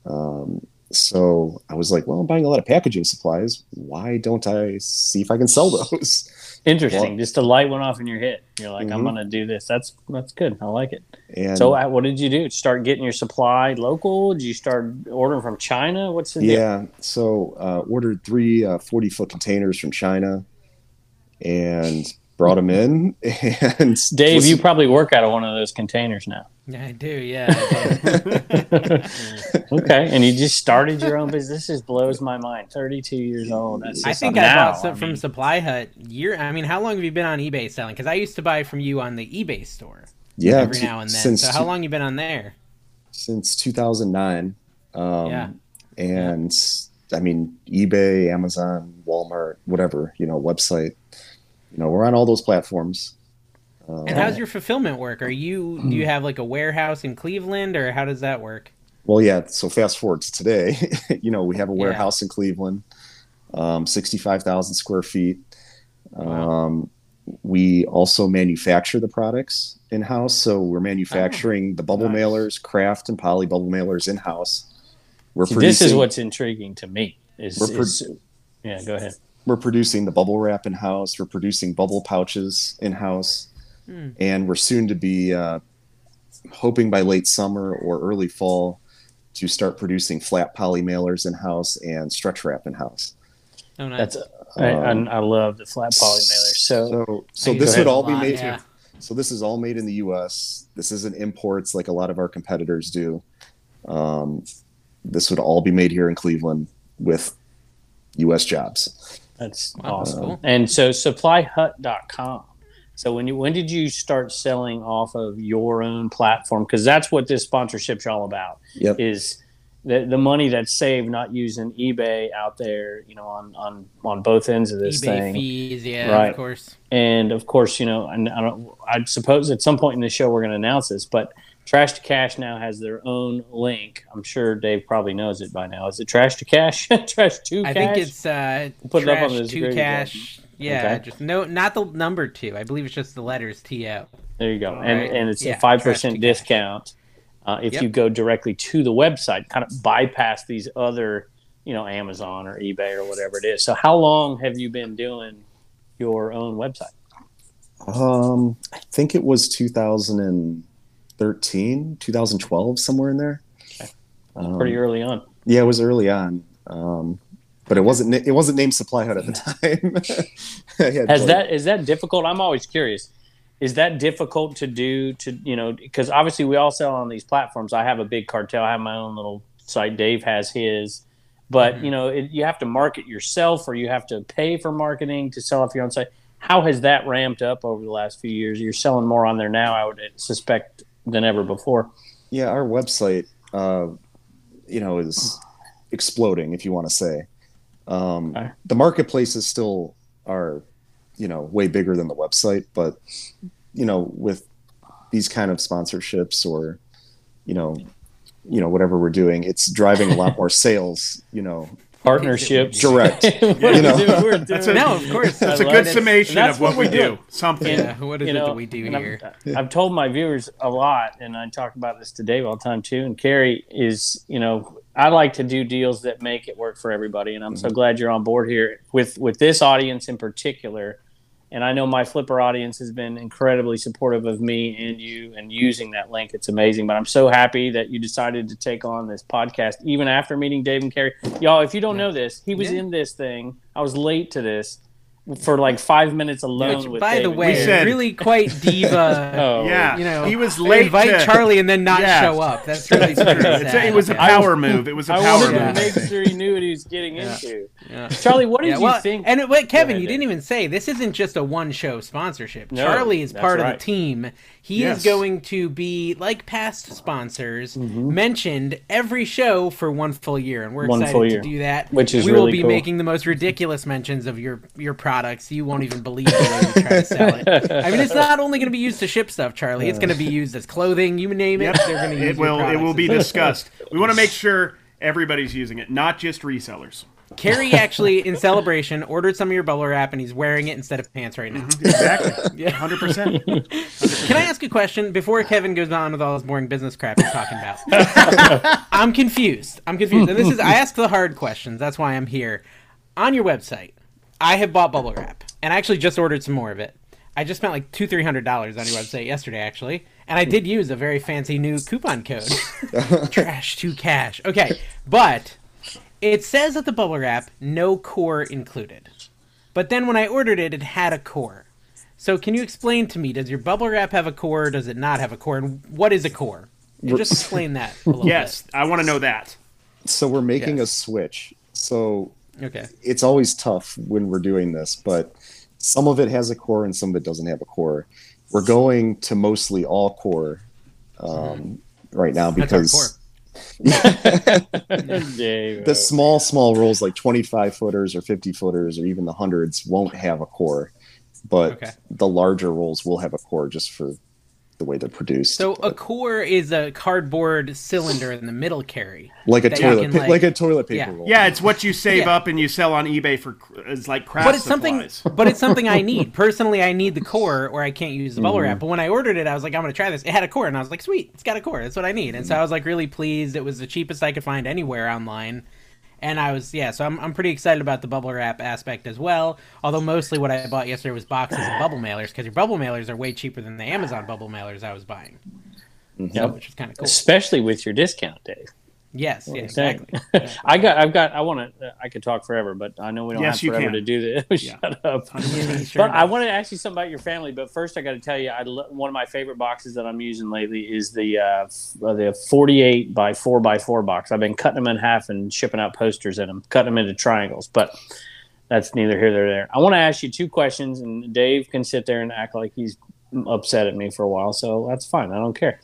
um, so i was like well i'm buying a lot of packaging supplies why don't i see if i can sell those [laughs] Interesting. Well- Just a light went off in your head. You're like, I'm Mhm. gonna do this. That's that's good. I like it. and So, uh, what did you do? Start getting your supply local? Did you start ordering from China? What's the deal? yeah so uh, ordered three uh, 40 foot containers from china and brought them in [laughs] and Dave, listen- you probably work out of one of those containers now. [laughs] Yeah, I do. Yeah. [laughs] okay, and you just started your own business. This just blows my mind. Thirty-two years old. That's I just- think I now, bought some I from mean, Supply Hut year. I mean, how long have you been on eBay selling? Because I used to buy from you on the eBay store yeah every t- now and then. since So t- how long you been on there? since 2009. Um, Yeah. And I mean, eBay, Amazon, Walmart, whatever, you know, website, you know, we're on all those platforms. Um, And how's your fulfillment work? Are you do you have like a warehouse in Cleveland, or how does that work? well, yeah. So fast forward to today, [laughs] you know, we have a Yeah. warehouse in Cleveland, um, 65,000 square feet. Wow. Um, we also manufacture the products in house. So we're Oh, manufacturing the bubble Nice. mailers, craft and poly bubble mailers in house. We're see, this is producing- what's intriguing to me. Is, We're pro- is- yeah, go ahead. we're producing the bubble wrap in house. We're producing bubble pouches in house, Hmm. and we're soon to be uh, hoping by late summer or early fall to start producing flat poly mailers in house and stretch wrap in house. Oh, nice. That's I, I, Um, I love the flat poly mailer. So so, so I use this those would a all be lot, made. yeah. So this is all made in the U.S. This isn't imports like a lot of our competitors do. Um, this would all be made here in Cleveland with U.S. jobs. that's Wow, that's awesome. cool. And so supplyhut.com. So when you when did you start selling off of your own platform? Because that's what this sponsorship's all about. Yep. is the, the money that's saved not using eBay out there, you know, on on on both ends of this eBay thing. fees, yeah, Right. of course. And of course, you know, and I don't. I suppose at some point in the show we're going to announce this, but Trash to Cash now has their own link. I'm sure Dave probably knows it by now. Is it Trash to Cash? [laughs] Trash to I Cash? think it's uh, Put it up on trash the to screen, cash. Yeah, Okay. just no, not the number two. I believe it's just the letters T [laughs] O. There you go, All and right. and it's Yeah, a five trash to percent cash. discount uh, if Yep. you go directly to the website, kind of bypass these other, you know, Amazon or eBay or whatever it is. So, how long have you been doing your own website? Um, I think it was 2013, 2012, somewhere in there. Um, Pretty early on. Yeah, it was early on. Um, but it wasn't na- it wasn't named Supply Hut at the time. [laughs] I had, Has like- that is that difficult? I'm always curious. Is that difficult to do? To you know, because obviously we all sell on these platforms. I have a big cartel. I have my own little site. Dave has his, but Mhm. you know, it, you have to market yourself, or you have to pay for marketing to sell off your own site. How has that ramped up over the last few years? You're selling more on there now, I would suspect, than ever before. Yeah, our website, uh, you know, is exploding, if you want to say. Um, Okay. The marketplaces still are, you know, way bigger than the website, but you know, with these kind of sponsorships or, you know, you know, whatever we're doing, it's driving a [laughs] lot more sales. You know, Partnerships, [laughs] Direct. We're You know. doing- we're That's doing- a- No, of course. That's I a love good it. summation That's of what, what we we do. Something. Yeah, what is it that we do and I've- here? [laughs] I've told my viewers a lot, and I talk about this to Dave all the time too. And Carrie is, you know, I like to do deals that make it work for everybody, and I'm Mm-hmm. so glad you're on board here with with this audience in particular. And I know my Flipper audience has been incredibly supportive of me and you and using that link. It's amazing. But I'm so happy that you decided to take on this podcast, even after meeting Dave and Carrie. Y'all, if you don't know this, he was Yeah. in this thing. I was late to this for like five minutes alone. Which, with by the David way, We Cage. said- really quite diva. [laughs] [laughs] oh, yeah, you know, he was They late. invite to- [laughs] Charlie and then not Yeah. show up. That's [laughs] really It's true. sad. It's a- it was a Yeah. power move. It was a I power wanted to Yeah. move. make sure he knew what he was getting Yeah. into. Yeah. Charlie, what did Yeah, well, you think? And wait, Kevin, ahead, you didn't even say this isn't just a one-show sponsorship. No, Charlie is that's part of right. the team. He Yes. is going to be like past sponsors mentioned every show for one full year, and we're Mm-hmm. One full excited to year. do that. Which is we will really be cool. making the most ridiculous mentions of your your products. You won't even believe the way we try to sell it. I mean, it's not only going to be used to ship stuff, Charlie. It's [laughs] going to be used as clothing. You name it, Yep. they're going to use It will. It Your will products. be discussed. We want to make sure everybody's using it, not just resellers. Carrie actually, in celebration, ordered some of your bubble wrap, and he's wearing it instead of pants Mm-hmm. right now. Exactly. Yeah. Hundred percent. Can I ask a question before Kevin goes on with all his boring business crap he's talking about? I'm confused. I'm confused. And this is I ask the hard questions. That's why I'm here. On your website, I have bought bubble wrap, and I actually just ordered some more of it. I just spent like two, three hundred dollars on your website yesterday, actually, and I did use a very fancy new coupon code, trash to cash. Okay, but it says at the bubble wrap, no core included. But then when I ordered it, it had a core. So can you explain to me? Does your bubble wrap have a core? Does it not have a core? And what is a core? Just explain that. A little Yes, I want to know that. So we're making a Yes. switch. So Bit. Okay. it's always tough when we're doing this, but some of it has a core and some of it doesn't have a core. We're going to mostly all core um, right now That's our because core. Dave, the small small rolls like 25 footers or 50 footers or even the hundreds won't have a core but Okay. the larger rolls will have a core just for the way they're produced So a But core is a cardboard cylinder in the middle carry. like a that you toilet can, pa- like- like, a toilet paper Yeah. roll Yeah, it's what you save Yeah. up and you sell on eBay for. It's like craft But it's something supplies. [laughs] but it's something I need. Personally I need the core or I can't use the bubble wrap. But when I ordered it, I was like, I'm gonna try this. It had a core and I was like, sweet, it's got a core. That's what I need. And so I was like really pleased. It was the cheapest I could find anywhere online. And I was yeah, so I'm I'm pretty excited about the bubble wrap aspect as well. Although mostly what I bought yesterday was boxes of bubble mailers because your bubble mailers are way cheaper than the Amazon bubble mailers I was buying. So, Yep. which is kind of cool. especially with your discount, Dave. Yes, yeah, Exactly. exactly. [laughs] I got. I've got. I want to. I could talk forever, but I know we don't Yes, you have can. forever to do this. [laughs] Shut up. Sure but I want to ask you something about your family. But first, I got to tell you, I lo- one of my favorite boxes that I'm using lately is the uh, f- uh, the 48 by 4 by 4 box. I've been cutting them in half and shipping out posters in them, cutting them into triangles. But that's neither here nor there. I want to ask you two questions, and Dave can sit there and act like he's upset at me for a while. So that's fine. I don't care.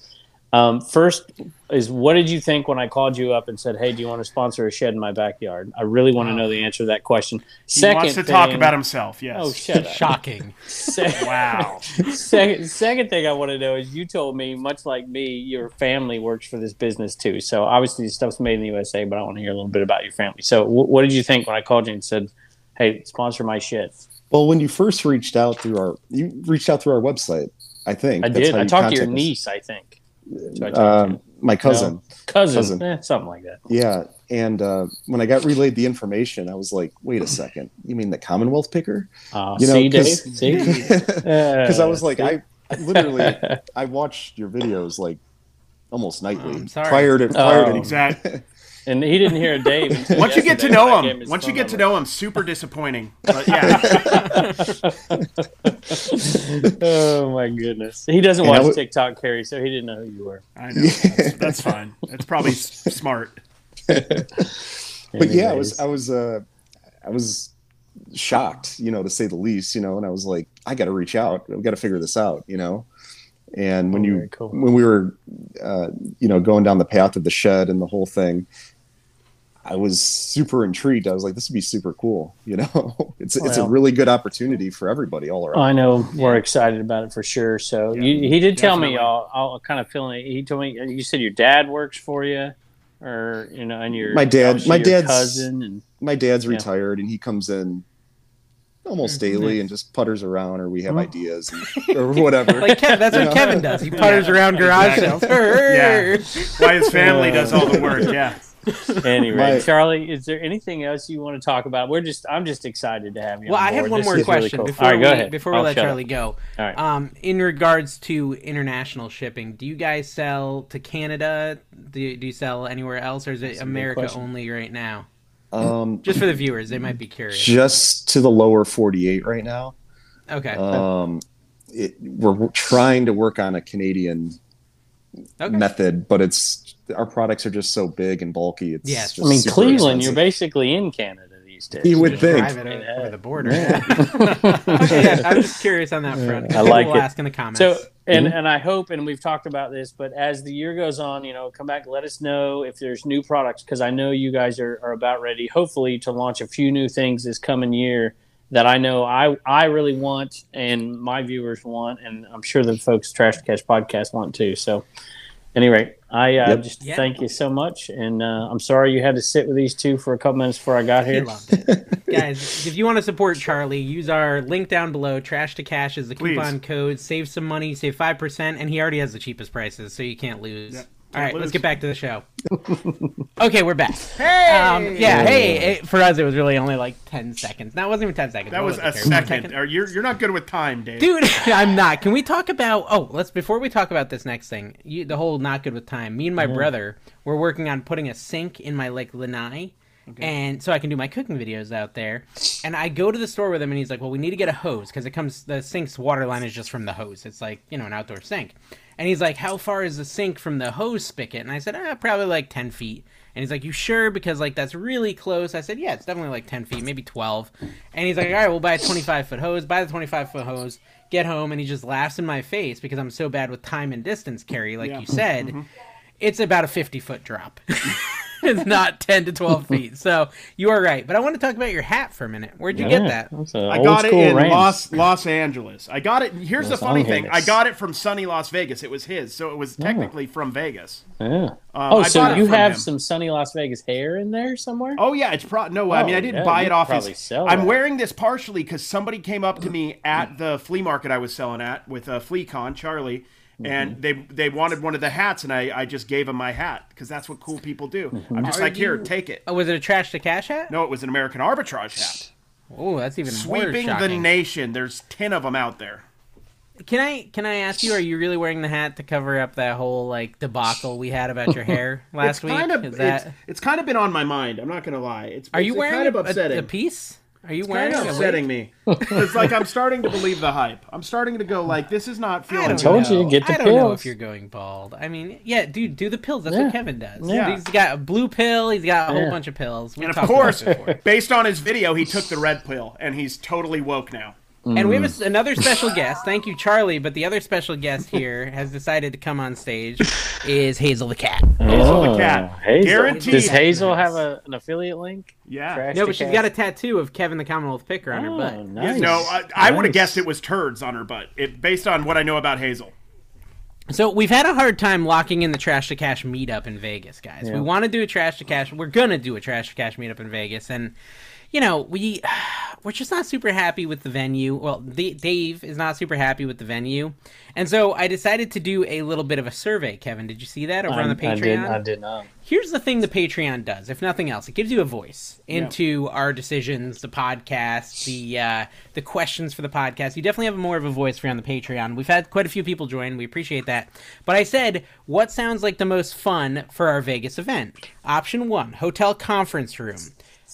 Um, first is what did you think when I called you up and said, "Hey, do you want to sponsor a shed in my backyard?" I really want to know the answer to that question. He wants to talk about himself. Yes. Oh, shut [laughs] up. Shocking. Se- Wow. second, second thing I want to know is you told me, much like me, your family works for this business too. So obviously, the stuff's made in the USA, but I want to hear a little bit about your family. So, wh- what did you think when I called you and said, "Hey, sponsor my shit"? well when you first reached out through our you reached out through our website i think I did. how I you talked to your contacted us. niece, I think. So I talked to um, you. my cousin cousin, cousin. Eh, something like that. yeah and uh, when i got relayed the information i was like wait a second you mean the commonwealth picker Uh, You know, see, Dave. [laughs] 'cause- See, [laughs] Uh, because because I was like, I literally, I watched your videos like almost nightly I'm sorry. prior to prior Oh. to [laughs] Exactly. [laughs] and he didn't hear a Dave. until Once you get to yesterday when I know gave him, his once you phone get to number. know him, super disappointing. But yeah, [laughs] oh my goodness, he doesn't And I watch would- TikTok, Carrie, so he didn't know who you were. I [laughs] know. That's, that's fine. That's probably s- smart. but yeah, I Anyways. was I was uh, I was shocked, you know, to say the least, you know, and I was like, I got to reach out, we got to figure this out, you know. And when Oh, you very cool. when we were, uh, you know, going down the path of the shed and the whole thing, I was super intrigued. I was like, this would be super cool, you know. [laughs] it's it's a Well. really good opportunity for everybody all Uh, around. I know we're excited about it for sure. So Yeah, you, he did tell definitely. me y'all. I'll kind of feeling. He told me you said your dad works for you, or you know, and your My dad- obviously my your dad's- cousin and my dad's Yeah. retired and he comes in almost Mhm. daily and just putters around or we have Oh. ideas [laughs] and, or whatever Uh-huh. Like Kev, that's Yeah. what Kevin does. He putters around garage sales. Exactly. Why his family does all the work. [laughs] Yeah. anyway. My- Charlie, is there anything else you want to talk about? We're just. I'm just excited to have you. Well, on I had board. one This more is really question cool. before All right, we go ahead. before we I'll let shut up. Charlie go. All right. Um, in regards to international shipping, do you guys sell to Canada? Do you, do you sell anywhere else, or is it a good America question. only right now? Um, Just for the viewers, they might be curious. just to the lower 48 right now. okay. Uh, Um, it, we're, we're trying to work on a Canadian okay. method, but it's our products are just so big and bulky. It's Yeah, just I mean, super Cleveland, you're expensive. basically in Canada these days. You would Just think. drive it over, Yeah. over the border. Yeah. [laughs] okay, yeah, I'm just curious on that front. I like we'll it. ask in the comments. So and Mm-hmm. and I hope and we've talked about this, but as the year goes on, you know, come back, let us know if there's new products because I know you guys are, are about ready, hopefully, to launch a few new things this coming year that I know I I really want and my viewers want, and I'm sure the folks at Trash to Cash podcast want too. So, anyway, I uh, Yep. just Yeah. thank you so much, and uh, I'm sorry you had to sit with these two for a couple minutes before I got He here. loved [laughs] it. Guys, if you want to support Charlie, use our link down below. Trash to Cash is the Please. coupon code. Save some money, save 5%, and he already has the cheapest prices, so you can't lose. Yeah, All right, lose. let's get back to the [laughs] show. okay, we're back. Hey! Um, yeah, hey. it- for us, it was really only like 10 seconds. No, it wasn't even 10 seconds. That What was it, a Terry? second. Or you're you're not good with time, Dave. Dude, [laughs] I'm not. Can we talk about? Oh, let's before we talk about this next thing, you, the whole not good with time. Me and my brother were working on putting a sink in my like lanai, and so I can do my cooking videos out there. And I go to the store with him, and he's like, "Well, we need to get a hose because it comes the sink's water line is just from the hose. It's like you know an outdoor sink." And he's like, "How far is the sink from the hose spigot?" And I said, "Ah, probably like ten feet." And he's like, "You sure?" Because like that's really close. I said, "Yeah, it's definitely like ten feet, maybe 12. And he's like, "All right, we'll buy a twenty-five foot hose. Buy the twenty-five foot hose. Get home." And he just laughs in my face because I'm so bad with time and distance, Carrie, like Yeah. Mm-hmm. you said. It's about a fifty-foot drop. [laughs] it's not ten to twelve feet. So you are right. But I want to talk about your hat for a minute. Where'd you get that? I got it in Rams. Los Los Angeles. I got it. Here's the Los funny thing. I Angeles. got it from sunny Las Vegas. It was his, so it was technically from Vegas. Yeah. Um, oh, I so bought it you from have him. some sunny Las Vegas hair in there somewhere? Oh yeah, it's pro. No, I mean Oh, I didn't yeah, buy you it off probably his. sell I'm that. wearing this partially because somebody came up to [clears throat] me at the flea market I was selling at with a flea con Charlie, Mm-hmm. and they they wanted one of the hats, and I I just gave him my hat because that's what cool people do. Mm-hmm. I'm just Are like here, you- take it. Oh, was it a trash to cash hat? No, it was an American arbitrage hat. Oh, that's even more Sweeping the shocking. nation. There's ten of them out there. Can I can I ask you? Are you really wearing the hat to cover up that whole like debacle we had about your [laughs] hair last it's week? Kind of, Is it's, that it's kind of been on my mind. I'm not gonna lie. It's are you it's wearing kind of a- upsetting? A, a piece? Are you wearing kind of a upsetting me. it's like I'm starting to believe the hype. I'm starting to go like this is not feeling. don't good. told you, know. get the I don't know pills. if you're going bald. I mean, yeah, dude, do the pills. That's Yeah. what Kevin does. Yeah. He's got a blue pill. He's got a whole Yeah. bunch of pills. We And of talked about course, this before. [laughs] based on his video, he took the red pill and he's totally woke now. And we have a s another special guest. Thank you, Charlie. But the other special guest here has decided to come on stage. Is Hazel the cat? Hazel the Oh, cat. Hazel. Guaranteed. Does Hazel have a, an affiliate link? Yeah. Trash No, to but she's cat. got a tattoo of Kevin the Commonwealth Picker on her Oh, butt. nice. No, I, I would have Nice. guessed it was turds on her butt. It based on what I know about Hazel. So we've had a hard time locking in the trash to cash meetup in Vegas, guys. We want to do a trash to cash. We're gonna do a trash to cash meetup in Vegas, and you know we [sighs] we're just not super happy with the venue. Well, D- Dave is not super happy with the venue, and so I decided to do a little bit of a survey. Kevin, did you see that over I, on the I Patreon? did, I did not. here's the thing the patreon does if nothing else it gives you a voice into our decisions the podcast the uh, the questions for the podcast you definitely have more of a voice for you on the patreon we've had quite a few people join we appreciate that but i said what sounds like the most fun for our vegas event option one hotel conference room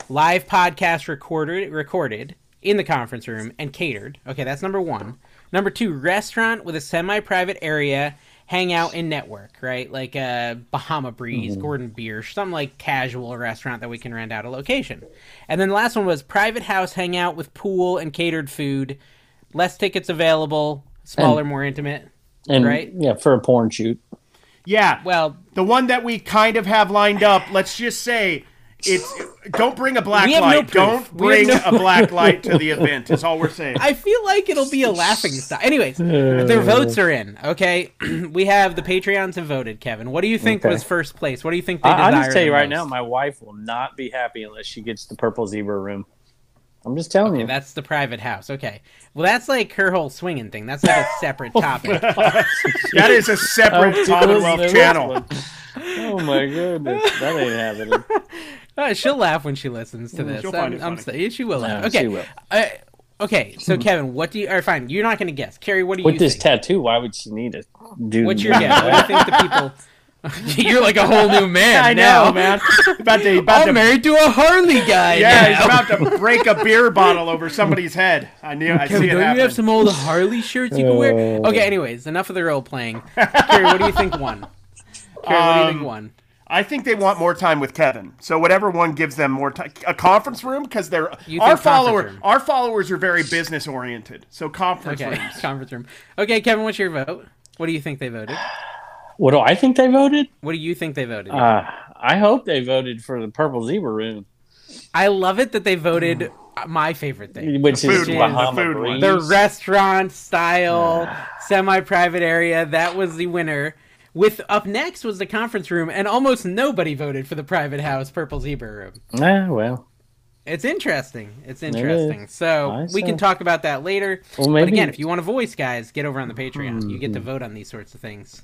live podcast recorded recorded in the conference room and catered okay that's number one number two restaurant with a semi-private area hang out and network, right? Like uh, Bahama Mm-hmm. Breeze, Gordon Beer, some like casual restaurant that we can rent out a location. And then the last one was private house hangout with pool and catered food, less tickets available, smaller, more intimate. And Right? yeah, for a porn shoot. Yeah. Well, the one that we kind of have lined up, let's just say it's don't bring a black We have no light. proof. don't We have bring no- a [laughs] black light to the event. Is all we're saying. I feel like it'll be a [laughs] laughing stock. Anyways, their votes are in. Okay, [clears throat] we have the Patreons have voted. Kevin, what do you think Okay. was first place? What do you think they I, desire? I'll just tell the you right most? now, my wife will not be happy unless she gets the purple zebra room. I'm just telling Okay, you. that's the private house. Okay, well, that's like her whole swinging thing. That's like a [laughs] Oh, separate topic. That is a separate Commonwealth channel. Oh my goodness, that ain't [laughs] happening. Uh, she'll laugh when she listens to this. Mm, she'll I'm, find it I'm funny. saying- she will laugh. Yeah, Okay. she will. Hmm. Uh, okay. So Kevin, what do you? Or fine, you're not going to guess. Carrie, what do With you this think? tattoo, why would she need it, dude? What's your guess? What do you think the people? [laughs] [laughs] You're like a whole new man. I now. [laughs] know, man. About to, about I'm to, married to a Harley guy. [laughs] yeah, he's now. about to break a beer bottle over somebody's head. I knew. I Kevin, see it don't happen. you have some old Harley shirts you can [laughs] wear? Okay, anyways, enough of the role playing. Carrie, what do you think [laughs] won? Carrie, what do you think Um, won? I think they want more time with Kevin. So whatever one gives them more time, a conference room because they're You think our conference follower. room. Our followers are very business oriented. So conference Okay, [laughs] rooms. conference room. Okay, Kevin, what's your vote? What do you think they voted? What do I think they voted? What do you think they voted? Uh, I hope they voted for the Purple Zebra Room, I love it that they [sighs] voted uh, my favorite thing. which The is food one, the Bahama food one. Breeze. The [laughs] restaurant style, semi private area, that was the winner. With up next was the conference room, and almost nobody voted for the private house purple zebra room. Ah, well, It's interesting. It's interesting. So I we can see. talk about that later. Well, But maybe- Hmm. again, if you want a voice, guys, get over on the Patreon. You get to vote on these sorts of things,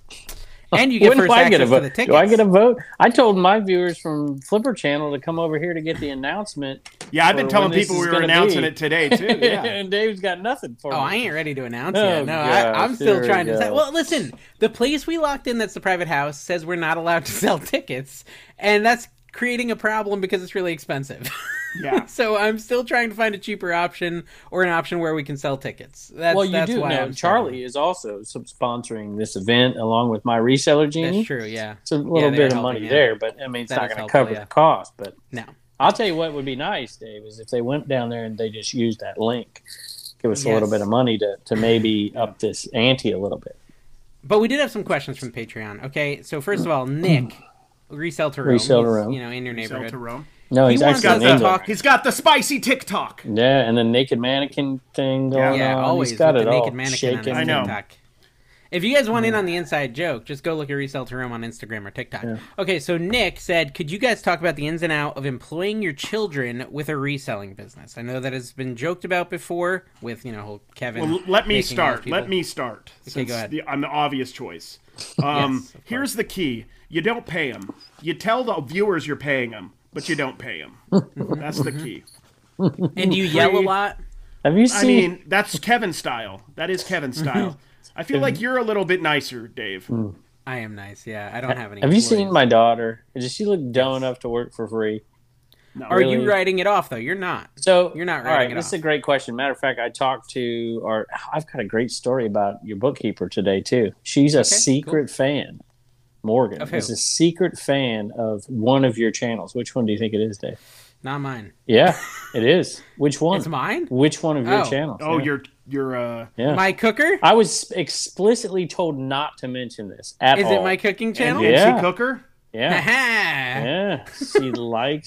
and you get when first do I access get a to the vote? tickets. Do I get a vote? I told my viewers from Flipper Channel to come over here to get the [laughs] announcement, Yeah, I've been Or telling when this people is we were gonna announcing be. it [laughs] today too. Yeah. and Dave's got nothing for Oh, me. I ain't ready to announce Oh, yet. No, I, gosh, I'm still here trying we to. go. Say, well, listen, the place we locked in that's the private house says we're not allowed to [laughs] sell tickets, and that's creating a problem because it's really expensive. [laughs] yeah. so I'm still trying to find a cheaper option or an option where we can sell tickets. That's, well, you that's do why know I'm Charlie is also sub- sponsoring this event along with my struggling. reseller genie. That's true. Yeah. It's a little they're bit of helping, money yeah. there, but I mean, it's That not is going to helpful, cover yeah. the cost. But No. I'll tell you what would be nice, Dave, is if they went down there and they just used that link, give us a little Yes. bit of money to, to maybe up this ante a little bit. But we did have some questions from Patreon. Okay, so first of all, [clears throat] Nick, resell to Rome, Resell to he's, Rome. You know, in your Sell neighborhood. to Rome. No, He he's wants actually us in to England. talk- He's got the spicy TikTok. Yeah, and the naked mannequin thing going yeah, on. always Um, he's got with it the all naked mannequin shaking. on I his know. TikTok. If you guys want in on the inside joke, just go look at Resell to Rome on Instagram or TikTok. Okay, so Nick said, could you guys talk about the ins and out of employing your children with a reselling business? I know that has been joked about before with, you know, whole Kevin. Well, let making me those start. people- Let me start. since go ahead. The, I'm the obvious choice. Um, of course. here's the key: you don't pay them. You tell the viewers you're paying them, but you don't [laughs] pay them. That's Mm-hmm. the key. And do you yell a lot? Have you I seen? mean, that's Kevin style. That is Kevin Mm-hmm. style. I feel Mm. like you're a little bit nicer, Dave. I am nice. Yeah, I don't have any. have you seen employees. my daughter? Does she look dumb enough to work for free? Are really? you writing it off though? You're not. So You're not All right, writing it this is a off. great question. Matter of fact, I talked to, or I've got a great story about your bookkeeper today too. She's a secret fan. Morgan Of who? is a secret fan of one of your channels. Which one do you think it is, Dave? Not mine. Yeah, it is. Which one? It's mine. Which one of your Oh. channels? Oh, yeah. you're you're uh Yeah. My cooker. I was explicitly told not to mention this at Is all. it my cooking channel? Yeah. NC Cooker? [laughs] Yeah. Aha! Yeah, she likes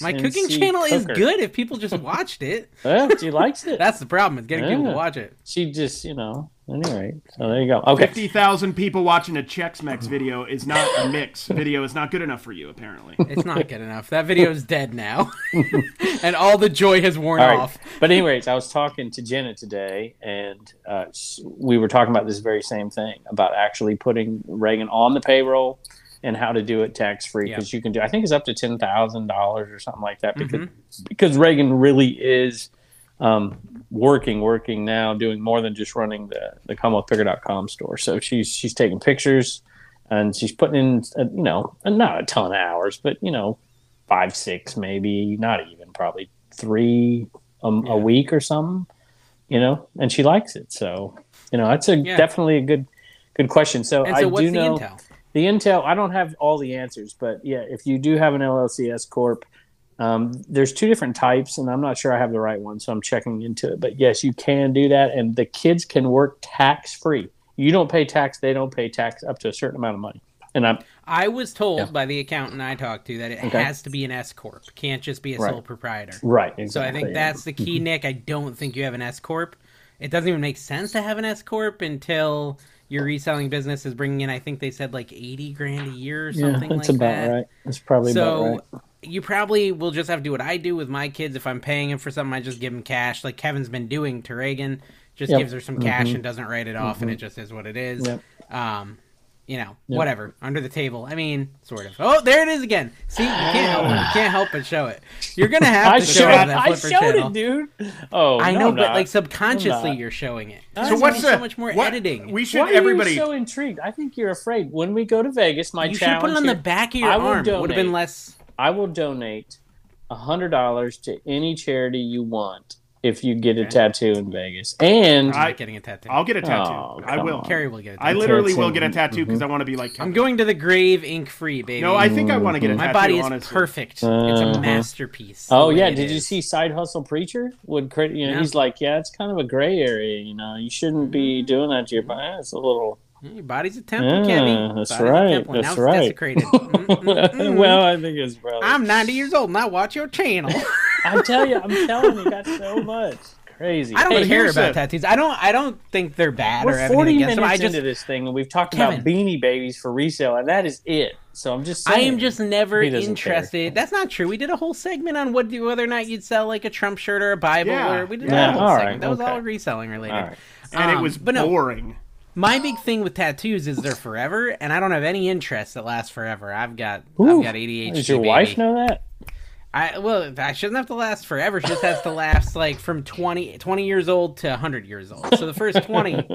[laughs] My and cooking she channel is cooker. good if people just watched it. Yeah, she [laughs] likes it. That's the problem. It's getting people to Yeah. watch it. she just, you know. Anyway, so there you go. Okay, Fifty thousand people watching a Chex Mex video is not a mix. Video is not good enough for you, apparently. It's [laughs] not good enough. That video is dead now, [laughs] and all the joy has worn All right. off. But anyways, I was talking to Jenna today, and uh, s- we were talking about this very same thing about actually putting Reagan on the payroll and how to do it tax free Yeah. because you can do. I think it's up to ten thousand dollars or something like that because because Reagan really is um, working, working now, doing more than just running the the CommonwealthPicker.com store. So she's she's taking pictures and she's putting in uh, you know not a ton of hours, but you know five, six, maybe not even probably three um, a week or something. You know, and she likes it. So you know, that's a Yeah. definitely a good good question. So, And I so, what's do the know intel? the intel i don't have all the answers but yeah if you do have an llcs corp um, there's two different types and i'm not sure i have the right one so i'm checking into it but yes you can do that and the kids can work tax free you don't pay tax they don't pay tax up to a certain amount of money and i'm I was told by the accountant I talked to that it Okay. has to be an S corp. Can't just be a Right. sole proprietor. right So I think exactly. Mm-hmm. that's the key, Nick. I don't think you have an S corp. It doesn't even make sense to have an S corp until your reselling business is bringing in. I think they said like eighty grand a year or yeah, something that's like about that. right that's probably so about right you probably will just have to do what I do with my kids. If I'm paying him for something, I just give him cash, like Kevin's been doing to Reagan. Just Yep. Mm-hmm. gives her some cash and doesn't write it off, and it just is what it is. Yep. Um, you know, whatever, under the table. I mean, sort of. Oh, there it is again. See, you can't help [sighs] it. You can't help but show it. You're gonna have I to show showed, it on it, that I flipper showed channel. it, dude. Oh, I no, know, I'm but not. like I'm subconsciously not. you're showing it. So what's so the much more what- editing? We should Why are everybody. you so intrigued? I think you're afraid. When we go to Vegas, my you should challenge put it on the here- back of your I will arm. Would have been donate. less. I will donate hundred dollars to any charity you want if you get a Okay. tattoo in Vegas. And I'm I- not getting a tattoo. I'll get a tattoo. Oh, I come will. on. Carrie will get a tattoo. I literally will Tattoo. Mm-hmm. get a tattoo because I want to be like. I'm Kevin. going to the grave ink free, baby. No, I think I want to get a my tattoo. body is honestly. perfect. It's Mm. Uh-huh. a masterpiece. oh the way yeah, it did you is. see Side Hustle Preacher? Would crit- you know Yeah. he's like, yeah, it's kind of a gray area. You know, you shouldn't be Mm-hmm. doing that to your body. It's a little. Mm, Your body's a temple, Yeah, Kevin. Ah, that's Body's a right, temple. that's now right. It's [laughs] desecrated. Mm, mm, mm. well, I think it's probably. I'm 90 years old and I watch your [laughs] channel. I tell you, I'm telling you, you got so much crazy. I don't Hey, care here's about a- tattoos. I don't. I don't think they're bad or We're 40 anything against minutes them. I into just. this thing, and we've talked Kevin. about beanie babies for resale, and that is it. So I'm just. I Saying, am just never He doesn't interested. That's not true. We did a whole segment on what whether or not you'd sell like a Trump shirt or a Bible. Yeah. Or we did Yeah, that whole all segment. right, That was okay. all reselling related. All right. and it Um, was but no. boring. My big thing with tattoos is they're forever, and I don't have any interests that last forever. I've got Ooh. I've got ADHD. Does your baby. wife know that? I well, I shouldn't have to last forever. She just has to last like from 20, 20 years old to hundred years old. So the first twenty,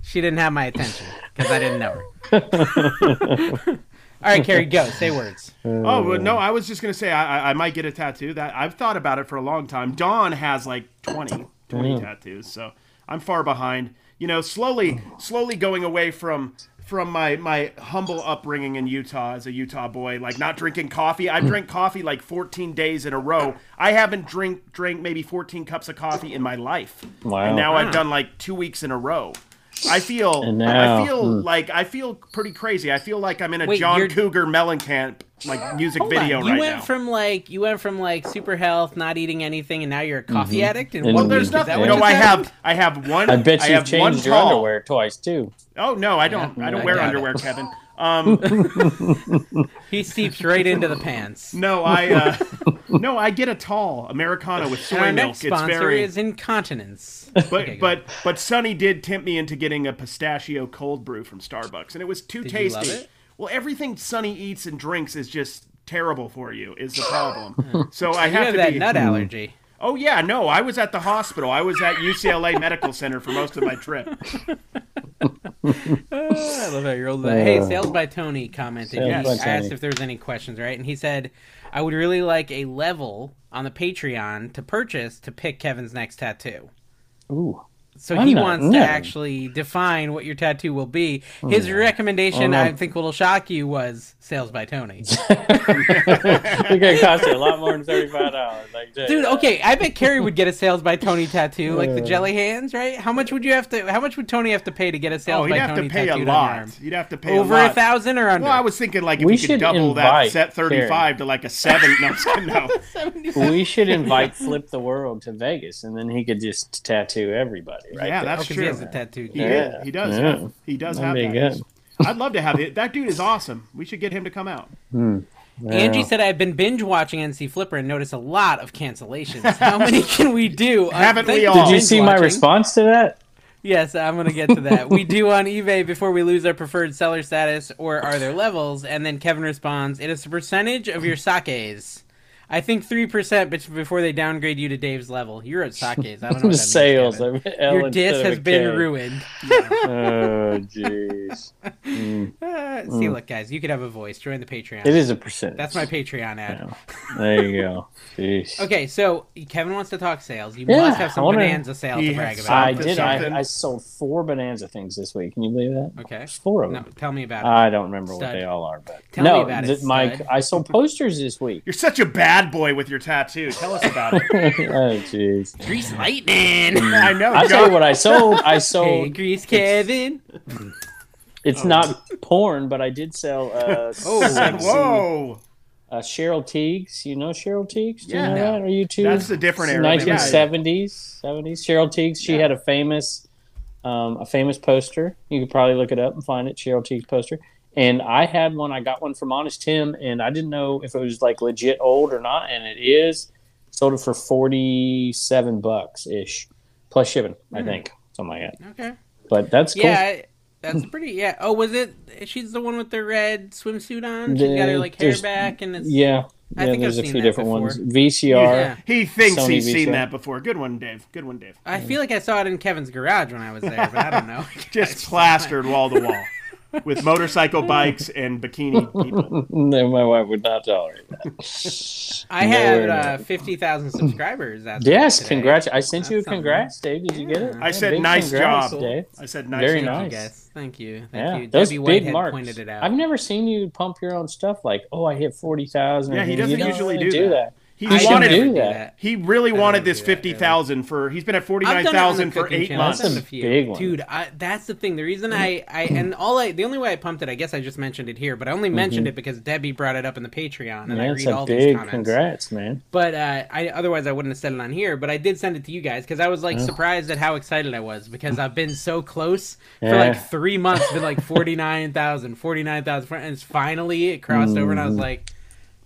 she didn't have my attention because I didn't know her. [laughs] All right, Carrie, go say words. Oh well, no, I was just gonna say I, I, I might get a tattoo. That I've thought about it for a long time. Dawn has like 20, 20 tattoos, so I'm far behind. You know, slowly, slowly going away from from my my humble upbringing in Utah as a Utah boy, like not drinking coffee. I've drank coffee like 14 days in a row. I haven't drink drank maybe 14 cups of coffee in my life. Wow. And now Wow. I've done like two weeks in a row. I feel And now- hmm. I feel like I feel pretty crazy. I feel like I'm in a Wait, John you're- Cougar Mellencamp like music Hold on, video you right went now. from like you went from like super health, not eating anything, and now you're a coffee addict. And Mm-hmm. And what well, there's is that nothing. what No, just I happened? have I have one. I bet you've have one changed your tall- underwear twice too. Oh no, I don't. I Mm-hmm. don't I wear doubt it. [laughs] underwear, Kevin. Um, He seeps right into the pants. no, I uh, no, I get a tall Americano with And our soy milk. next It's sponsor very is [laughs] incontinence. [laughs] but Okay, go but but Sonny did tempt me into getting a pistachio cold brew from Starbucks, and it was too Did you tasty. love it? Well, everything Sonny eats and drinks is just terrible for you. [laughs] Is the problem? so I you have, have to that be. nut allergy. Oh yeah, no, I was at the hospital. I was at UCLA Medical Center for most of [laughs] my trip. Ah, I love how you're old. hey, Sales by Tony commented. Sales yes, by I asked Tony. if there was any questions, right? And he said, I would really like a level on the Patreon to purchase to pick Kevin's next tattoo. Ooh. [laughs] So I'm he not- wants to no. actually define what your tattoo will be. His recommendation, I think, will shock you, was Sales by Tony. It's gonna cost you a lot more than thirty five dollars. Like, Dude, okay, I bet Carrie would get a Sales by Tony tattoo, like the jelly hands, right? How much would you have to? How much would Tony have to pay to get a Sales Oh, he'd by have Tony to pay a tattoo on your arm? lot. You'd have to pay Over a a lot. thousand or under? Well, I was thinking like if We you should could double that invite set thirty-five to like a seven. No, I'm just kidding, [laughs] no. we should invite Flip the World to Vegas, and then he could just tattoo everybody. Right? yeah, Oh, that's 'cause he true. has a tattoo. He, too. did. Yeah. he does. Yeah. Have, he does That'd be have good. that. I'd love to have it. That dude is awesome. We should get him to come out. Angie said I've been binge watching NC Flipper and noticed a lot of cancellations. How many can we do? Uh, [laughs] Haven't thank we you all? for Did Did you binge see my watching. response to Oh, that? Yes, I'm gonna get to that. we do on eBay before we lose our preferred seller status, or are there levels? And then Kevin responds, "It is a percentage of your sakes. I think three percent before they downgrade you to Dave's level. You're at [laughs] sakes. I don't know what that means, Sales Kevin. of L Your instead disc of a has been K. ruined. Oh jeez, Mm. Uh, See, look, guys, you could have a voice. Join the Patreon. it is a percentage. That's my Patreon ad. There you go. Jeez. Okay, so Kevin wants to talk sales. You Yeah, must have some I wanna- bonanza sale He to brag has about. I did. Something. I, I sold four Bonanza things this week. Can you believe that? Okay. Four of No, them. tell me about it. I don't remember what Stud. they all are, but Tell no, me about it, th- Mike. stud. I sold posters this week. [laughs] You're such a bad boy with your tattoo. Tell us about it. oh jeez. Grease [laughs] lightning. I know. I'll tell John- you what I sold. I Hey, sold. Grease Kevin. It's not porn, but I did sell uh, Oh, sexy uh, Whoa, Cheryl Teagues. You know Cheryl Teagues? Do you know Yeah. that? Are you two? that's a different era. man. Nineteen seventies, seventies. Cheryl Teagues. She had a famous, um, a famous poster. You could probably look it up and find it. Cheryl Teagues poster. And I had one. I got one from Honest Tim, and I didn't know if it was like legit old or not, and it is. Sold it for forty-seven bucks ish, plus shipping. I think something like that. Okay. But that's cool. Hmm. Yeah, I, That's pretty. Yeah. Oh, was it? She's the one with the red swimsuit on. She The- got her like hair there's- back, and it's Yeah, I yeah. think there's I've a seen few that different ones. before. VCR. [laughs] Yeah. He thinks Sony he's V seen show. that before. Good one, Dave. Good one, Dave. I feel like I saw it in Kevin's garage when I was there, but I don't [laughs] know. [laughs] Just plastered wall to wall with motorcycle bikes and [laughs] bikini people. no, my wife would not tolerate that. I Nowhere had near. uh, fifty thousand subscribers. That's yes, today. congrats! I sent you a That's something. congrats, Dave. Did you get it? I I Yeah, said, big nice congrats, job. Dave. I said, nice Very job. Thank you, nice. guys. Thank you. Thank Yeah, you. those Debbie big Whitehead marks. pointed it out. I've never seen you pump your own stuff like, "Oh, I hit forty thousand. Yeah, he doesn't usually do that. He I should wanted do never that. He really don't wanted do this that, fifty thousand for. He's been at forty I've nine done it on the thousand for cooking eight channel. I've months. done That's a a few. big one. dude. I, that's the thing. The reason I, I and all I the only way I pumped it, I guess I just mentioned it here, but I only mentioned it because Debbie brought it up in the Patreon, and I read That's Mm-hmm. a all these big comments. congrats, man. But uh, I otherwise I wouldn't have said it on here. But I did send it to you guys because I was like surprised at how excited I was because I've been so close for Yeah. like three months, been like 49,000, 49,000, and it's finally it crossed over, and I was like,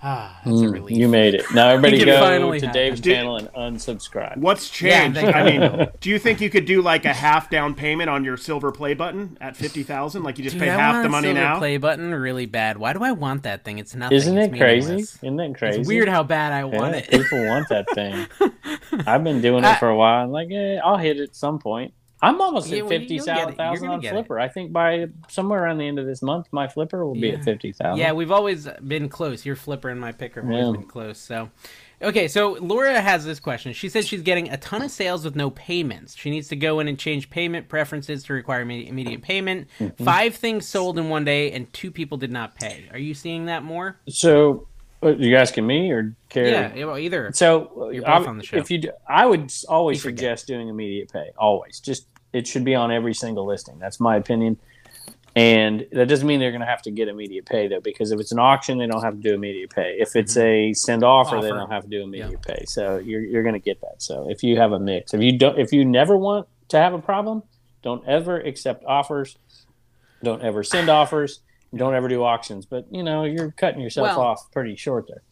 ah, that's a relief. Mm-hmm. Mm, You made it. Now everybody It go finally to happened. Dave's Did- channel and unsubscribe. What's changed? Yeah, I thank you. mean, do you think you could do like a half down payment on your silver play button at fifty thousand? Like you just Dude, pay I half want the a money silver now? Play button really bad. Why do I want that thing? It's nothing. Isn't It's it crazy? meaningless. Isn't it crazy? It's weird how bad I Yeah, want it. [laughs] people want that thing. I've been doing it I- for a while. I'm like, eh, I'll hit it at some point. I'm almost Yeah, at well, you- fifty you'll get it. You're thousand gonna on get it. Flipper. I think by somewhere around the end of this month, my Flipper will be Yeah. at fifty thousand. Yeah, we've always been close. Your flipper and my picker have Yeah. always been close. So, okay, so Laura has this question. She says she's getting a ton of sales with no payments. She needs to go in and change payment preferences to require imme- immediate payment. Mm-hmm. Five things sold in one day, and two people did not pay. Are you seeing that more? So, uh, you asking me or Carrie? Yeah, yeah, well, either. So, You're both I'm- on the show. if you, do, I would s- always You forget. suggest doing immediate pay. Always, just it should be on every single listing. That's my opinion. And that doesn't mean they're going to have to get immediate pay though, because if it's an auction, they don't have to do immediate pay. If it's a send offer, they Mm-hmm. Offer. don't have to do immediate pay. So you're you're going to get that. So if you have a mix, if you don't, if you never want to have a problem, don't ever accept offers. Don't ever send offers. Don't ever do auctions. But you know you're cutting yourself Well- off pretty short there.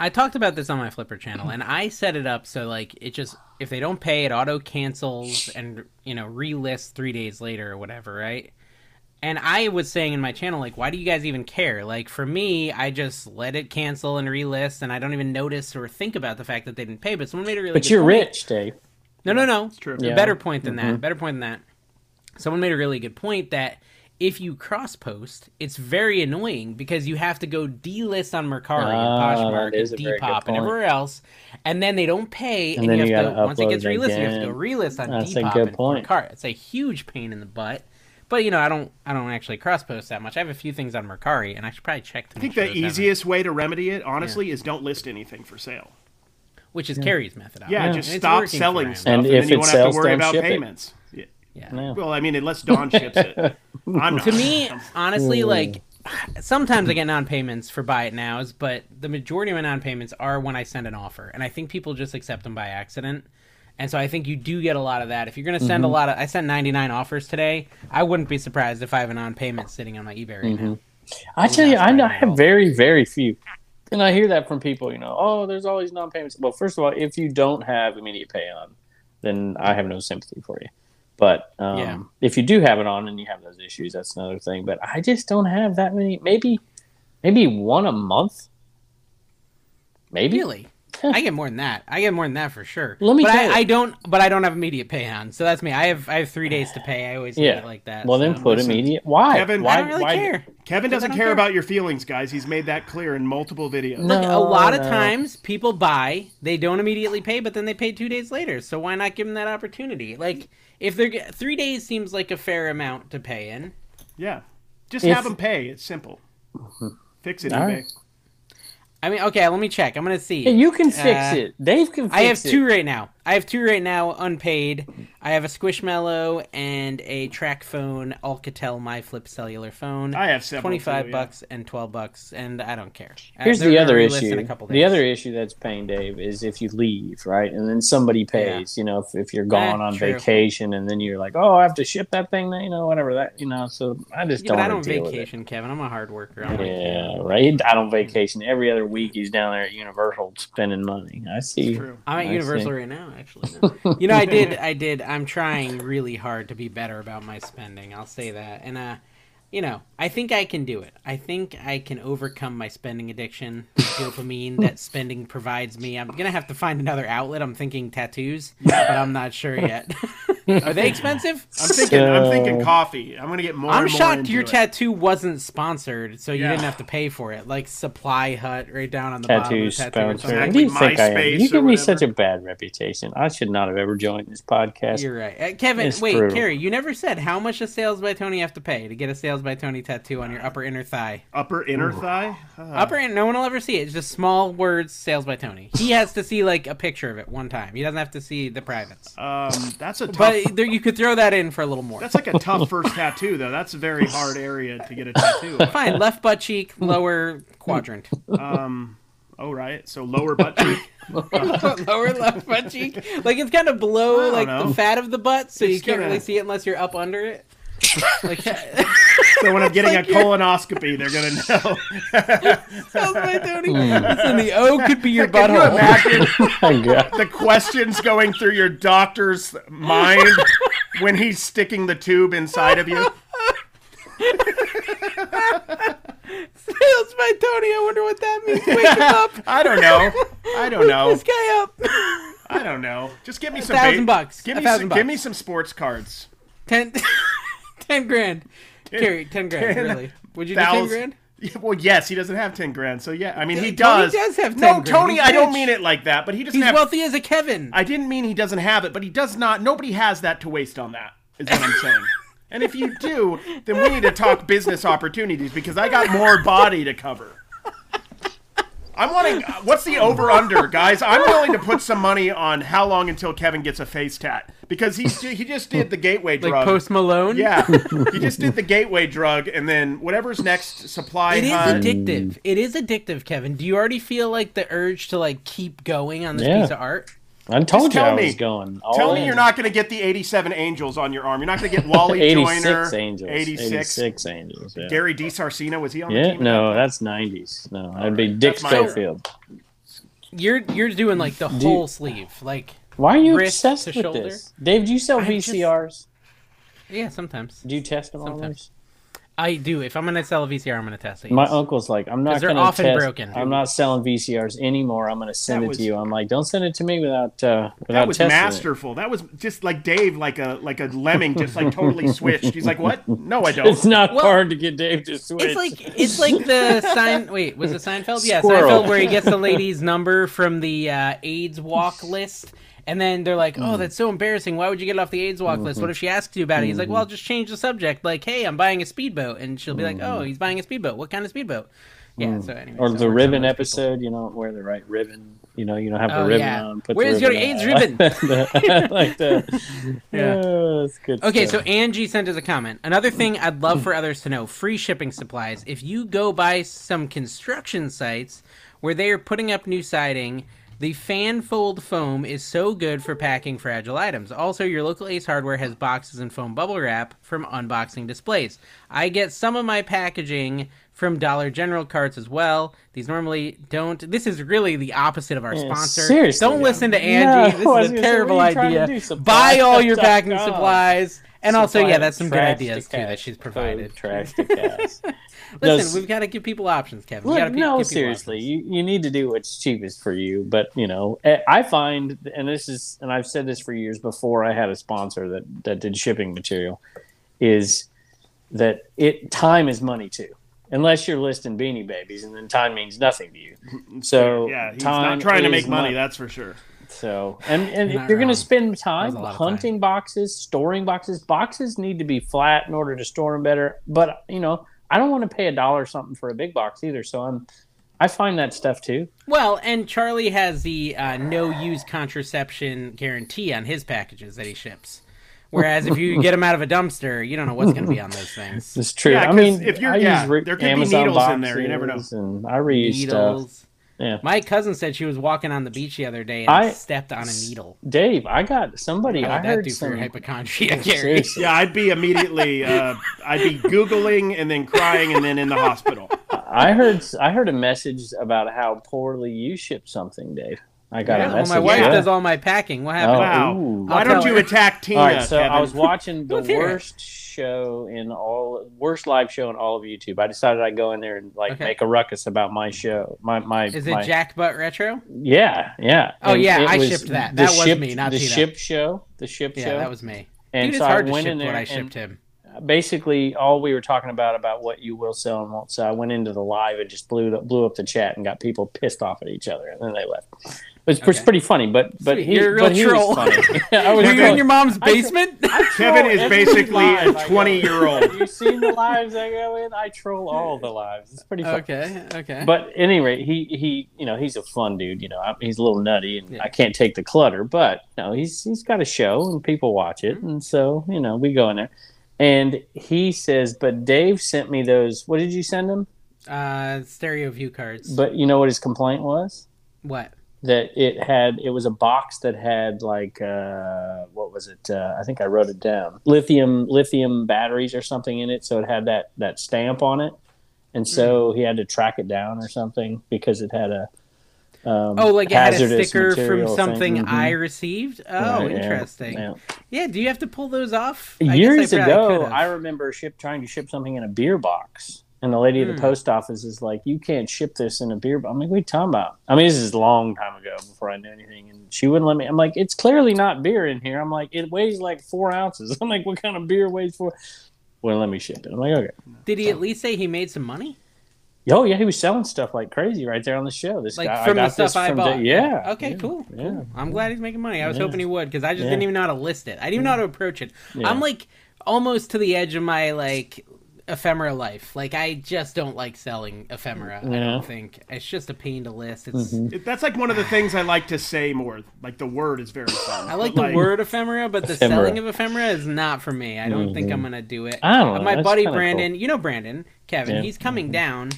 I talked about this on my Flipper channel, and I set it up so like it just if they don't pay, it auto cancels and you know relists three days later or whatever, right? And I was saying in my channel, like, why do you guys even care? Like, for me, I just let it cancel and relist, and I don't even notice or think about the fact that they didn't pay. But someone made a really But good you're point. rich, Dave. No, no, no. true. A Yeah. Mm-hmm. better point than that. Better point than that. Someone made a really good point that if you cross post, it's very annoying because you have to go delist on Mercari Ah, and Poshmark that is and a very good Depop and point. everywhere else, and then they don't pay, And and, then you you have to gotta once it gets upload it relisted, you have to go again. relist on That's a Depop good and point. Mercari. It's a huge pain in the butt. But you know, I don't, I don't actually cross post that much. I have a few things on Mercari, and I should probably check. To I think the easiest way to remedy it, honestly, is don't list anything for sale. which is Carrie's methodology. Yeah, And just it's stop working for selling him. stuff, And and, if then you it won't have sells, to worry don't about ship it. payments. Yeah. Yeah. Yeah. Well, I mean, unless Don ships it, [laughs] I'm not. to me, honestly, like sometimes I get non-payments for buy it nows, but the majority of my non-payments are when I send an offer, and I think people just accept them by accident. And so I think you do get a lot of that. If you're going to send Mm-hmm. a lot of, I sent 99 offers today. I wouldn't be surprised if I have a non-payment sitting on my eBay right now. Mm-hmm. I tell you, that's I know I right. have very, very few. And I hear that from people, you know, oh, there's always non payments. Well, first of all, if you don't have immediate pay on, then I have no sympathy for you. But um, Yeah. if you do have it on and you have those issues, that's another thing. But I just don't have that many. Maybe, maybe one a month. Maybe. Really? I get more than that. I get more than that for sure. Let me but tell you. I, I don't. But I don't have immediate pay on, so that's me. I have I have three days to pay. I always yeah. Yeah. it like that. Well, then so- put listen, immediate. Why? Kevin- why? I don't really why- care. Kevin Because I doesn't don't care care. about your feelings, guys. He's made that clear in multiple videos. No. Look, a lot of no. times people buy, they don't immediately pay, but then they pay two days later. So why not give them that opportunity? Like, if they're ge- three days seems like a fair amount to pay in. Yeah, just If- have them pay. It's [laughs] simple. Fix it, All eBay. right. I mean, okay, let me check. I'm gonna see. Hey, you can fix Uh, it. Dave can fix it. I have two right now. I have two right now unpaid. I have a Squishmallow and a track phone Alcatel MyFlip cellular phone. I have several. Twenty-five too, yeah. bucks and twelve bucks, and I don't care. Uh, Here's they're the gonna other relist in issue. a couple The days. other issue that's paying Dave is if you leave, right? And then somebody pays, you know, if, if you're gone Eh, on true. vacation and then you're like, oh, I have to ship that thing, you know, whatever that, you know, so I just Yeah, don't but I wanna don't deal with it. vacation, Kevin. I'm a hard worker. I'm like, Yeah, right. I don't vacation. Every other week he's down there at Universal spending money. I see. True. I'm I at see. Universal right now. know, [laughs] actually. No. you know, I did. I did. I'm trying really hard to be better about my spending. I'll say that. And uh, you know, I think I can do it. I think I can overcome my spending addiction, [laughs] the dopamine that spending provides me. I'm gonna have to find another outlet. I'm thinking tattoos, but I'm not sure [laughs] yet. Are they expensive? I'm thinking. I'm thinking coffee. I'm gonna get more. I'm and more shocked into your it. tattoo wasn't sponsored, so you Yeah. didn't have to pay for it. Like Supply Hut, right down on the tattoo bottom of the sponsor. tattoo. What Exactly. do you Exactly, think I am? MySpace You or give me whatever. such a bad reputation. I should not have ever joined this podcast. You're right, uh, Kevin. It's wait, brutal. Carrie, you never said how much does Sales by Tony have to pay to get a Sales by Tony tattoo on your upper inner thigh? upper inner thigh. Uh, upper inner. No one will ever see it. It's just small words. Sales by Tony. He has to see like a picture of it one time. He doesn't have to see the privates. Um, that's a [laughs] tough. But there, you could throw that in for a little more. that's like a tough first tattoo though. That's a very hard area to get a tattoo. of. Fine. Left butt cheek, lower quadrant. Um, all right. So lower butt cheek. lower left butt cheek. Like it's kind of below I like don't the know. fat of the butt, so you It's can't gonna- really see it unless you're up under it. Like [laughs] So when I'm getting like a you're- colonoscopy, they're gonna [laughs] know. Sales by Tony. Listen, the O could be your Can you butthole. imagine [laughs] My God. the questions going through your doctor's mind when he's sticking the tube inside of you? Sales by Tony. I wonder what that means. Wake him [laughs] up. I don't know. I [laughs] don't know. This guy up. I don't know. Just give me some thousand ba- bucks. Give A me thousand some. bucks. Give me some sports cards. Ten, [laughs] ten grand. Carrie, ten grand. really? Would you do ten thousand- grand? [laughs] Yeah, well, yes, he doesn't have ten grand. So yeah, I mean he Tony does. does have 10 no, grand. Tony. He's I don't rich. mean it like that. But he doesn't He's have. wealthy as a Kevin. I didn't mean he doesn't have it, but he does not. Nobody has that to waste on that. Is what I'm [laughs] saying. and if you do, then we need to talk business opportunities because I got more body to cover. I'm wanting. uh, What's the over under, guys? I'm willing to put some money on how long until Kevin gets a face tat because he's ju- he just did the gateway like drug. Post Malone. [laughs] Yeah, he just did the gateway drug, and then whatever's next supply. It is hut- addictive. It is addictive, Kevin. Do you already feel like the urge to like keep going on this Yeah. piece of art? I told you tell I me. was going. all Tell me in. you're not going to get the 87 Angels on your arm. You're not going to get [laughs] Wally 86 Joyner. Angels. 86. 86 Angels. Yeah. Gary DeSarcina, was he on the yeah, team? no, that's 90s. No, that'd be Dick That's my error. Schofield. You're you're doing like the whole sleeve. Like Why are you Wrist obsessed to with shoulder. this? Dave, do you sell I'm just- VCRs? yeah, sometimes Do you test them all? Sometimes. those? I do. If I'm gonna sell a VCR, I'm gonna test it. My yes. uncle's like, I'm not 'Cause they're going to often test. broken. I'm not selling VCRs anymore. I'm going to send That it was- to you. I'm like, don't send it to me without uh, without That was testing it." masterful. That was just like Dave, like a like a lemming, just like [laughs] totally switched. He's like, "What? No, I It's don't." not Well, hard to get Dave to switch. It's like it's like the [laughs] sign. Wait, was it Seinfeld? Yeah, Squirrel. Seinfeld, where he gets the lady's number from the uh, AIDS walk list, and then they're like, Hmm. "Oh, that's so embarrassing. Why would you get it off the AIDS walk list? What if she asks you about it?" He's Hmm. like, "Well, I'll just change the subject. Like, hey, I'm buying a speedboat," and she'll be like, "Oh, he's buying a speedboat. What kind of speedboat?" Yeah. So anyway, Hmm. or so the we're ribbon some of those episode. You don't wear the right ribbon. You know, you don't have the Oh, ribbon yeah. on. Put Where's the your AIDS on. ribbon? [laughs] like that. [laughs] Yeah. [laughs] Yeah, that's good. people. Okay, so stuff. Angie sent us a comment. Another thing I'd love for others to know: free shipping supplies. If you go by some construction sites where they are putting up new siding. The fan fold foam is so good for packing fragile items. Also, your local Ace Hardware has boxes and foam bubble wrap from unboxing displays. I get some of my packaging from Dollar General carts as well. These normally don't. This is really the opposite of our Yeah, sponsor. seriously. Don't listen to No, Angie. I was this is a gonna say, terrible what are you trying to idea. do? Buy all your packing Supplies.com. supplies. And also, yeah, Supplies, that's some good trash to ideas too cash, that she's food, provided. Trash [laughs] to cash. Listen, we've got to give people options, Kevin. we got to Look, pe- give no, people seriously, options. you, you need to do what's cheapest for you. But you know, I- I find, and this is, and I've said this for years before. I had a sponsor that that did shipping material. Is that it? Time is money too. Unless you're listing Beanie Babies, and then time means nothing [laughs] to you. So Yeah, he's time not trying to is make money. mon- That's for sure. so, and and You're not if you're going wrong. to spend That was time a lot of hunting boxes, storing boxes, boxes need to be flat in order to store them better. But you know, I don't want to pay a dollar or something for a big box either. So I'm, I find that stuff too. Well, and Charlie has the uh, no use contraception guarantee on his packages that he ships. Whereas if you get them out of a dumpster, you don't know what's going to be on those [laughs] things. It's true. Yeah, I mean, 'cause if if you're- you're, I yeah, use re- there could be Amazon needles in there, you boxes never know. And I reuse stuff. Needles. Yeah. My cousin said she was walking on the beach the other day and I- stepped on a needle. Dave, I got somebody. How I would that heard do for your some. hypochondria, [laughs] Gary? Seriously. Yeah, I'd be immediately. Uh, I'd be googling and then crying and then in the hospital. I heard I heard a message about how poorly you ship something, Dave. I got Yeah, a well, message. my wife yeah. Oh, does all my packing. What happened? Wow. ooh. Why I'll don't tell you her. attack Tina? all right, so Kevin? I [laughs] was watching the Let's hear it. worst show in all worst live show in all of YouTube. I decided I'd go in there and like Okay. make a ruckus about my show. My my Is it my, Jack Butt Retro? Yeah, yeah. Oh, And yeah, it I was shipped that. the That was ship- me, not the Tina. ship show. The ship Yeah, show. that was me. and Dude, so it's hard I to went ship in there what I and shipped him. basically all we were talking about about what you will sell and won't sell. I went into the live and just blew the, blew up the chat and got people pissed off at each other, and then they left. It was it's Okay. pretty funny, but but Sweet, he, you're a real but he troll. was funny. [laughs] I Were was you in really- your mom's I- basement? I troll Kevin is every basically live a I go in. 20 year old. Have you seen the lives I go in? I troll all the lives. It's pretty funny. [laughs] okay, okay. But at any rate, he he you know he's a fun dude. You know I, he's a little nutty, and Yeah. I can't take the clutter. But no, he's he's got a show, and people watch Mm-hmm. it, and so you know we go in there. And he says, but Dave sent me those. What did you send him? uh, stereo view cards. But you know what his complaint was? what? That it had it was a box that had like uh, what was it? Uh, I think I wrote it down. Lithium lithium batteries or something in it, so it had that that stamp on it, and Mm-hmm. so he had to track it down or something because it had a um, Oh, like it had a hazardous sticker from material thing. something Mhm. I received. Oh, Right, yeah, interesting. Yeah. yeah. do you have to pull those off? I guess I years probably ago, could've. I remember ship trying to ship something in a beer box, and the lady at Hmm. the post office is like, "You can't ship this in a beer box." I'm like, "What are you talking about?" I mean, this is a long time ago before I knew anything, and she wouldn't let me. I'm like, "It's clearly not beer in here." I'm like, "It weighs like four ounces." [laughs] I'm like, "What kind of beer weighs four? Wouldn't let me ship it. I'm like, "Okay." Did he at least say he made some money? Yo, yeah, he was selling stuff like crazy right there on the show. This Like guy, from I the got this stuff I from bought. the- yeah. Okay, yeah, cool. Yeah. I'm glad he's making money. I was Yeah. hoping he would because I just Yeah. didn't even know how to list it. I didn't even know how to approach it. Yeah. I'm like almost to the edge of my like ephemera life. Like I just don't like selling ephemera. I Yeah. Mm-hmm. don't think it's just a pain to list. It's It- That's like one of the things I like to say more. Like the word is very fun. I like But, the word ephemera, but the Ephemera. Mm-hmm. Ah, selling of ephemera is not for me. I don't think I'm gonna do it. I don't know, But My Uh, that's buddy kinda Brandon, you know Brandon, Kevin, Yeah. Mm-hmm. he's coming down,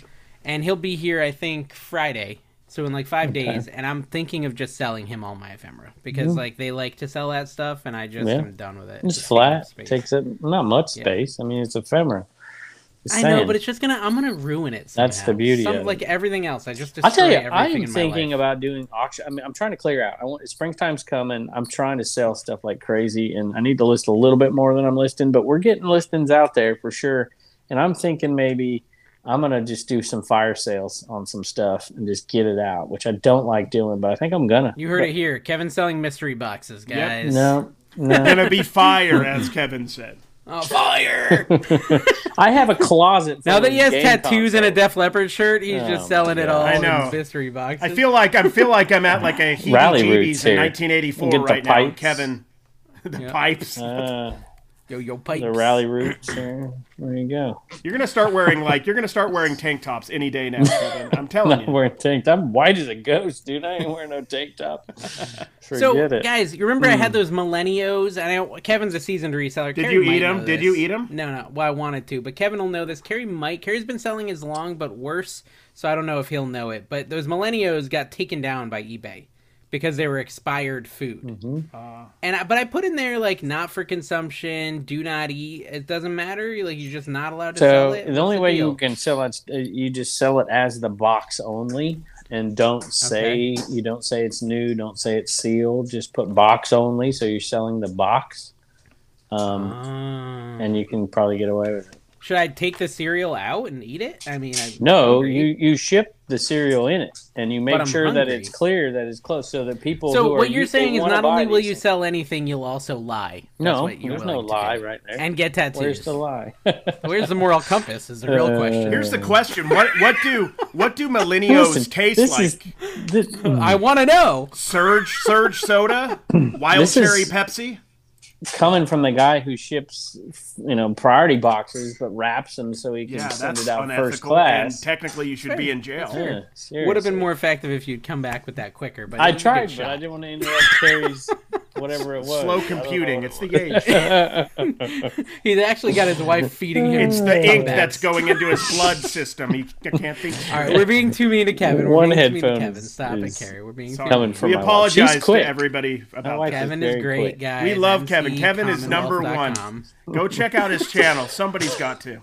and he'll be here I think Friday. So in like five days, and I'm thinking of just selling him all my ephemera because like they like to sell that stuff, and I just Yeah. am done with it. It's Just taking up flat. space. Takes up not much Yeah. space. I mean, it's ephemeral. Just I know, saying. but it's just gonna. I'm gonna ruin it. That's somehow. the beauty Some- of it. Like everything else, I just. I'll tell you, destroy everything I'm in my thinking life. about doing auction. I mean, I'm trying to clear out. I want springtime's coming. I'm trying to sell stuff like crazy, and I need to list a little bit more than I'm listing. But we're getting listings out there for sure. And I'm thinking maybe I'm gonna just do some fire sales on some stuff and just get it out, which I don't like doing, but I think I'm gonna. You heard it here. Kevin's selling mystery boxes, guys. No, [laughs] no. Gonna be fire, as Kevin said. Oh, [laughs] fire! I have a closet. Now full that of he has game tattoos and a consoles. Def Leppard shirt, he's Oh just my selling it God. all I in know. mystery boxes. I feel like I feel like I'm at like [laughs] a Rally heebie-jeebies roots in here. 1984 Get the right now, pipes. Kevin. [laughs] The Yeah. pipes. Uh, yo yo pipes. the rally roots. There, there you go. You're gonna start wearing like you're gonna start wearing tank tops any day now. Kevin. [laughs] I'm telling Oh, not you. wearing tank top. I'm white as a ghost, dude. I ain't wearing no [laughs] tank top. Forget So it. Hmm. guys, you remember I had those millennios, and I, Kevin's a seasoned reseller. Did Carrie you might eat 'em? know Did this. you eat 'em? No, no. Well, I wanted to, but Kevin will know this. Carrie might. Carrie's been selling as long, but worse. So I don't know if he'll know it. But those millennios got taken down by eBay because they were expired food. Hmm. Uh, and I, but I put in there like not for consumption, do not eat. It doesn't matter. You're, Like you're just not allowed to so sell it. the What's only way deal? you can sell it, uh, you just sell it as the box only, and don't say you don't say it's new, don't say it's sealed. Just put box only, so you're selling the box, um, Ah. and you can probably get away with it. should I take the cereal out and eat it? I mean, I, No, Hungry. you you ship the cereal in it, and you make I'm sure that hungry. it's clear that it's closed, so that people. so who are what you're u- they saying is wanna not buy only will these you things. sell anything, you'll also lie. That's No, what you're there's no willing to lie do. right there. And get tattoos. Where's the [laughs] lie? Where's the moral compass? Is the real [laughs] Uh, question. here's the question: What what do what do millennials taste this like? Hmm. Is, this, I want to know. Surge surge [clears throat] soda, wild This cherry is- Pepsi. coming from the guy who ships, you know, priority boxes, but wraps them so he can Yeah, send that's it out unethical, first class. and technically you should be in jail. yeah, Would have seriously. been more effective if you'd come back with that quicker. But I it was a good tried, but shot. I didn't want to interrupt [laughs] Terry's whatever it was. Slow I don't know computing. what It's it the age. [laughs] He's actually got his wife feeding him. It's the ink comebacks. that's going into [laughs] his blood system. He I can't think. All right, we're being too mean to Kevin. We're One being too mean to headphone Kevin. Stop it, is- Carrie. We're being Sorry. too coming mean. from We my wife. She's apologize to quick. everybody My about wife that. Kevin is is very great, quick. guys. We love Kevin. Kevin is number MCCommonwealth.com. Go check [laughs] out his channel. Somebody's got to.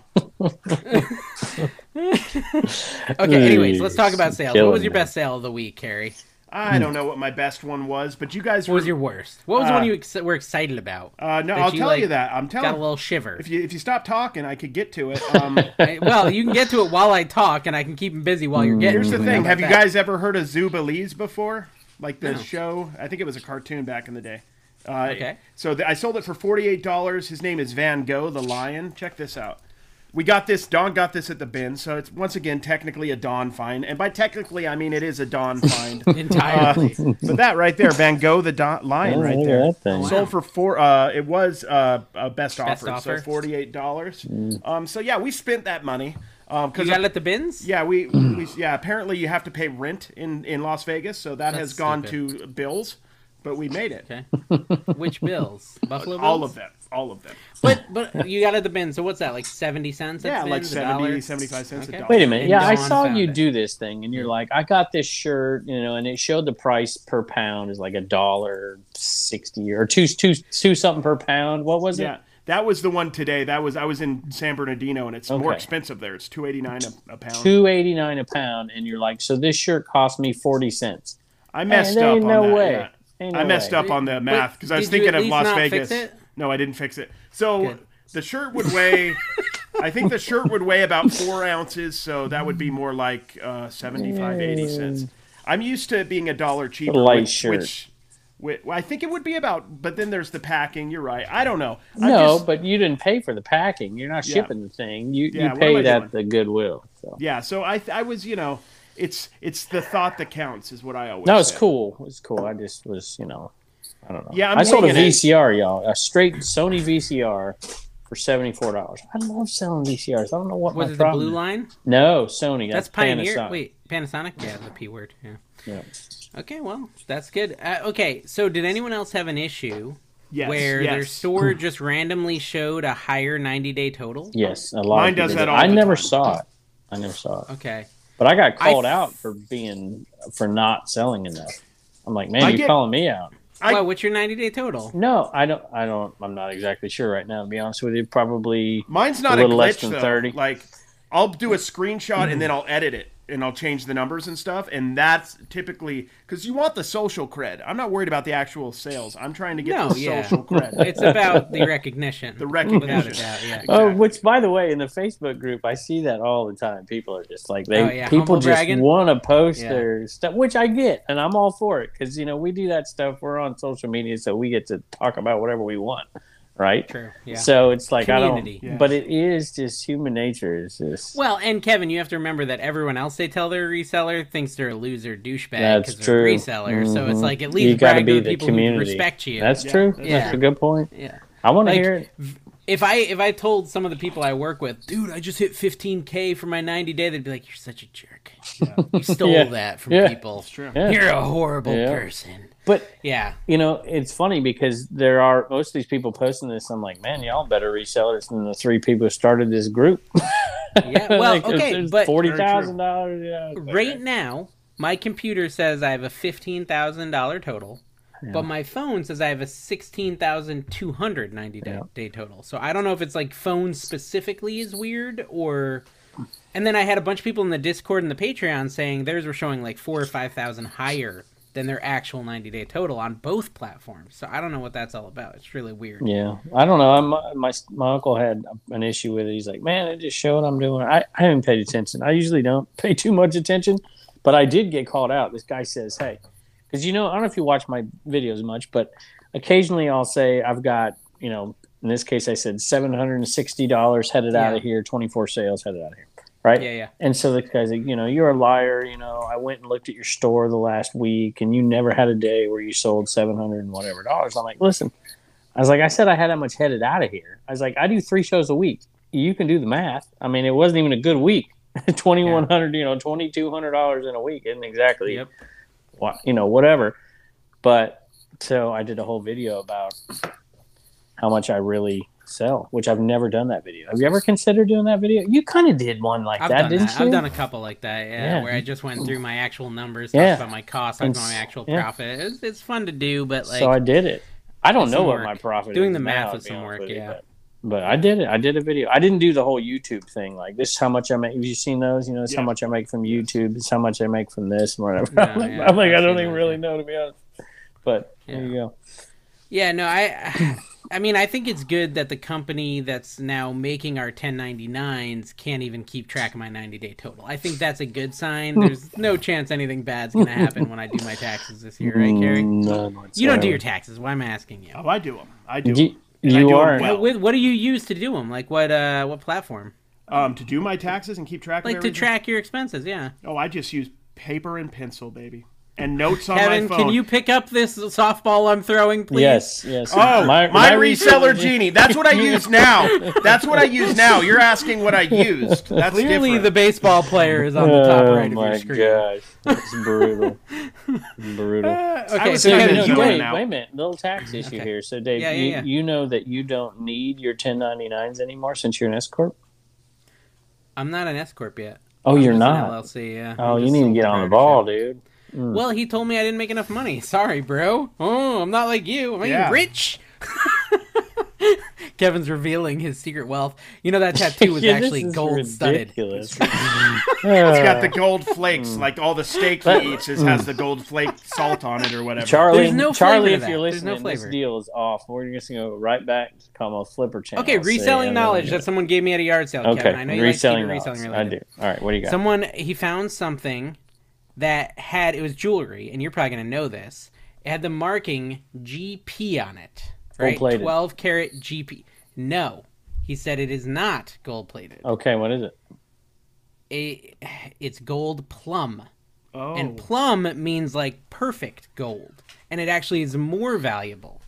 Okay, anyways, let's talk about sales. What was killing your me. best sale of the week, Carrie? I don't know what my best one was, but you guys Hmm. What was were- your worst? What was the one Uh, you ex- were excited about? Uh, no, that I'll you, tell like, you that. I'm Got a telling. little shiver. If you if you stop talking, I could get [laughs] to it. Um, I- well, you can get to it while I talk, and I can keep him busy while you're getting. here's the to it. thing: How Have you about that? guys ever heard of Zubilees before? Like the show? I think it was a cartoon back in the day. Uh, Okay. So th- I sold it for forty-eight dollars. His name is Van Gogh, the lion. Check this out. We got this. Don got this at the bin, so it's once again technically a Don find, and by technically I mean it is a Don find. [laughs] entirely? but that right there, Van Gogh, the Don, lion, Oh, right look at there. that thing. Sold for four. Uh, it was uh, a best, offer, offer. so forty-eight dollars. Um, so yeah, we spent that money. Um, you because got it at the bins? yeah, we, we yeah. Apparently, you have to pay rent in in Las Vegas, so that has That's gone stupid. to bills. But we made it. Okay. Which [laughs] bills? Buffalo bills? All of them. All of them. But but you got it at the bin. So what's that? Like seventy cents? At yeah, the like bins, a dollar? 70, 75 cents Okay. a dollar. Wait a minute. And Yeah, I Dawn saw found you it. do this thing, and you're like, I got this shirt, you know, and it showed the price per pound is like a dollar sixty or two, two, two something per pound. What was Yeah, it? that was the one today. That was I was in San Bernardino, and it's more Okay. expensive there. It's two eighty nine a pound. Two eighty nine a pound, and you're like, so this shirt cost me forty cents. I messed Hey, there up ain't on no that. way. yeah. Ain't I no messed way. up on the math because I was did you at thinking of least Las not Vegas. fix it? No, I didn't fix it. So Good. the shirt would weigh. I think the shirt would weigh about four ounces, so that would be more like uh, 75, 80 cents. I'm used to it being a dollar cheaper. Mm. light which, shirt. Which, whi- well, I think it would be about, but then there's the packing. You're right. I don't know. I'm No, just- but you didn't pay for the packing. You're not Yeah. shipping the thing. You Yeah, you what am I paid at doing? the Goodwill. So. yeah. So I, th- I was, you know, it's it's the thought that counts, is what I always. No, it's say. cool. It's cool. I just was, you know, I don't know. Yeah, I'm I sold a hanging it. VCR, y'all, a straight Sony VCR for seventy four dollars. I love selling VCRs. I don't know what Was my it the problem. blue is. line? No, Sony. That's That's, Pioneer. Panasonic. Wait, Panasonic. Yeah, the P word. Yeah. Yeah. Okay, well that's good. Uh, okay, so did anyone else have an issue Yes, where their yes. store just randomly showed a higher ninety day total? Yes, a lot. Mine of people does did that all I the never time. saw it. I never saw it. Okay. But I got I- called out for being for not selling enough. I'm like, man, I you're get- calling me out. I- well, what's your ninety day total? No, I don't. I don't. I'm not exactly sure right now. To be honest with you, probably Mine's not a, little glitch less than though. 30. Like I'll do a screenshot and then I'll edit it and I'll change the numbers and stuff. And that's typically because you want the social cred. I'm not worried about the actual sales. I'm trying to get No, the yeah. [laughs] social cred. It's about [laughs] the recognition. The Without a recognition. doubt, yeah. Oh, Exactly. which by the way, in the Facebook group, I see that all the time. People are just like they Oh, yeah, humble people just bragging. want to post Yeah. their stuff, which I get, and I'm all for it because you know we do that stuff. We're on social media, so we get to talk about whatever we want, right? True. Yeah. So it's like Community. I don't, Yeah. but it is just human nature. Is just Well, and Kevin, you have to remember that everyone else they tell their reseller thinks they're a loser douchebag That's because they're a true. reseller. So Mhm. it's like at you least got to brag be to the the people community. who respect you. That's Yeah, true. that's That's true. a good point. yeah. I want to Like, hear it. If I if I told some of the people I work with, dude, I just hit 15k for my 90 day, they'd be like, "You're such a jerk. [laughs] You stole Yeah. that from Yeah. people. true. Yeah. You're a horrible Yeah. person." But [laughs] Yeah. you know, it's funny because there are most of these people posting this. I'm like, man, y'all better resellers than the three people who started this group. Yeah. [laughs] Well, okay, but forty thousand dollars. Yeah, right now my computer says I have a $15,000 total. But my phone says I have a sixteen thousand two hundred ninety day, Yeah. day total. So I don't know if it's like phone specifically is weird or. And then I had a bunch of people in the Discord and the Patreon saying theirs were showing like four or five thousand higher than their actual ninety day total on both platforms. So I don't know what that's all about. It's really weird. Yeah, I don't know. I'm, my my uncle had an issue with it. He's like, man, it just showed I'm doing. I I haven't paid attention. I usually don't [laughs] pay too much attention, but I did get called out. This guy says, hey, because you know, I don't know if you watch my videos much, but occasionally I'll say I've got you know. In this case, I said seven hundred and sixty dollars headed out Yeah. of here. Twenty four sales headed out of here. Right. Yeah, yeah. And so the guy's like, you know, you're a liar. You know, I went and looked at your store the last week and you never had a day where you sold 700 and whatever dollars. I'm like, listen, I was like, I said I had that much headed out of here. I was like, I do three shows a week. You can do the math. I mean, it wasn't even a good week. [laughs] 2100 you know, $2,200 in a week isn't exactly, Yep. wha- you know, whatever. But so I did a whole video about how much I really sell, which I've never done that video. Have you ever considered doing that video? You kind of did one like I've that, done didn't that. you? I've done a couple like that, yeah, Yeah. where I just went through my actual numbers, Yeah. talked about my costs, talked And about my s- actual yeah. profit. It's, it's fun to do, but like, so I did it. I don't know some what work. my profit Doing is the now, math to is be some honest work, with you, yeah. but But I did it. I did a video. I didn't do the whole YouTube thing. Like this is how much I make. Have you seen those? You know, it's how Yeah. much I make from YouTube. It's how much I make from this and whatever. Yeah, [laughs] I'm like, yeah, I'm like, I've I don't seen even those, really yeah. know to be honest. But Yeah. there you go. Yeah, no, I [sighs] I mean, I think it's good that the company that's now making our 1099s can't even keep track of my 90-day total. I think that's a good [laughs] sign. There's no chance anything bad's going to happen when I do my taxes this year, right, Mm, Carrie? None You don't do your whatsoever. taxes. Why am I asking you? Oh, I do them. I do. You, 'em. And I you do 'em are. well. With what do you use to do them? Like what uh what platform? Um, to do my taxes and keep track. Like of to everything? track your expenses, yeah. Oh, I just use paper and pencil, baby, and notes on Kevin, my phone. can you pick up this softball I'm throwing, please? Yes, yes. Oh, my, reseller reseller genie. That's what I use now. That's what I use now. You're asking what I used. That's Clearly different. the baseball player is on the top [laughs] oh right of my your screen. gosh, that's [laughs] brutal, brutal. Uh, Okay, I was so So kind Kevin, of no, you zoning wait, out. wait a minute. Little tax issue Mm-hmm. Okay. here. So Dave, Yeah, yeah, you, yeah. you know that you don't need your 1099s anymore since you're an S corp. I'm not an S corp yet. Oh, I'm just you're an not. LLC, yeah. Oh, I'm you just need to a get on the proprietorship. ball, dude. Mm. Well, he told me I didn't make enough money. [laughs] Sorry, bro. Oh, I'm not like you. I'm Yeah. rich. [laughs] Kevin's revealing his secret wealth. You know [laughs] that tattoo was Mm. Yeah, this actually is gold studded. ridiculous. [laughs] It's got Uh, the gold flakes, like all the steak But- he eats is, has the gold flake salt on it or whatever. Charlie, There's no flavor Charlie, to if that. you're There's no listening, this flavor. deal is off. We're just gonna go right back to comma flipper channel. Okay, See, reselling and then- knowledge that someone gave me at a yard sale, Okay, Kevin. I know you reselling like to keep it knowledge. reselling I related. do. All right, what do you got? Someone he found something that had it was jewelry, and you're probably gonna know this. It had the marking GP on it, right? Gold-plated. Twelve karat GP. No, he said it is not gold plated. okay, what is it? It, it's gold plum. Oh, And plum means like perfect gold, and it actually is more valuable.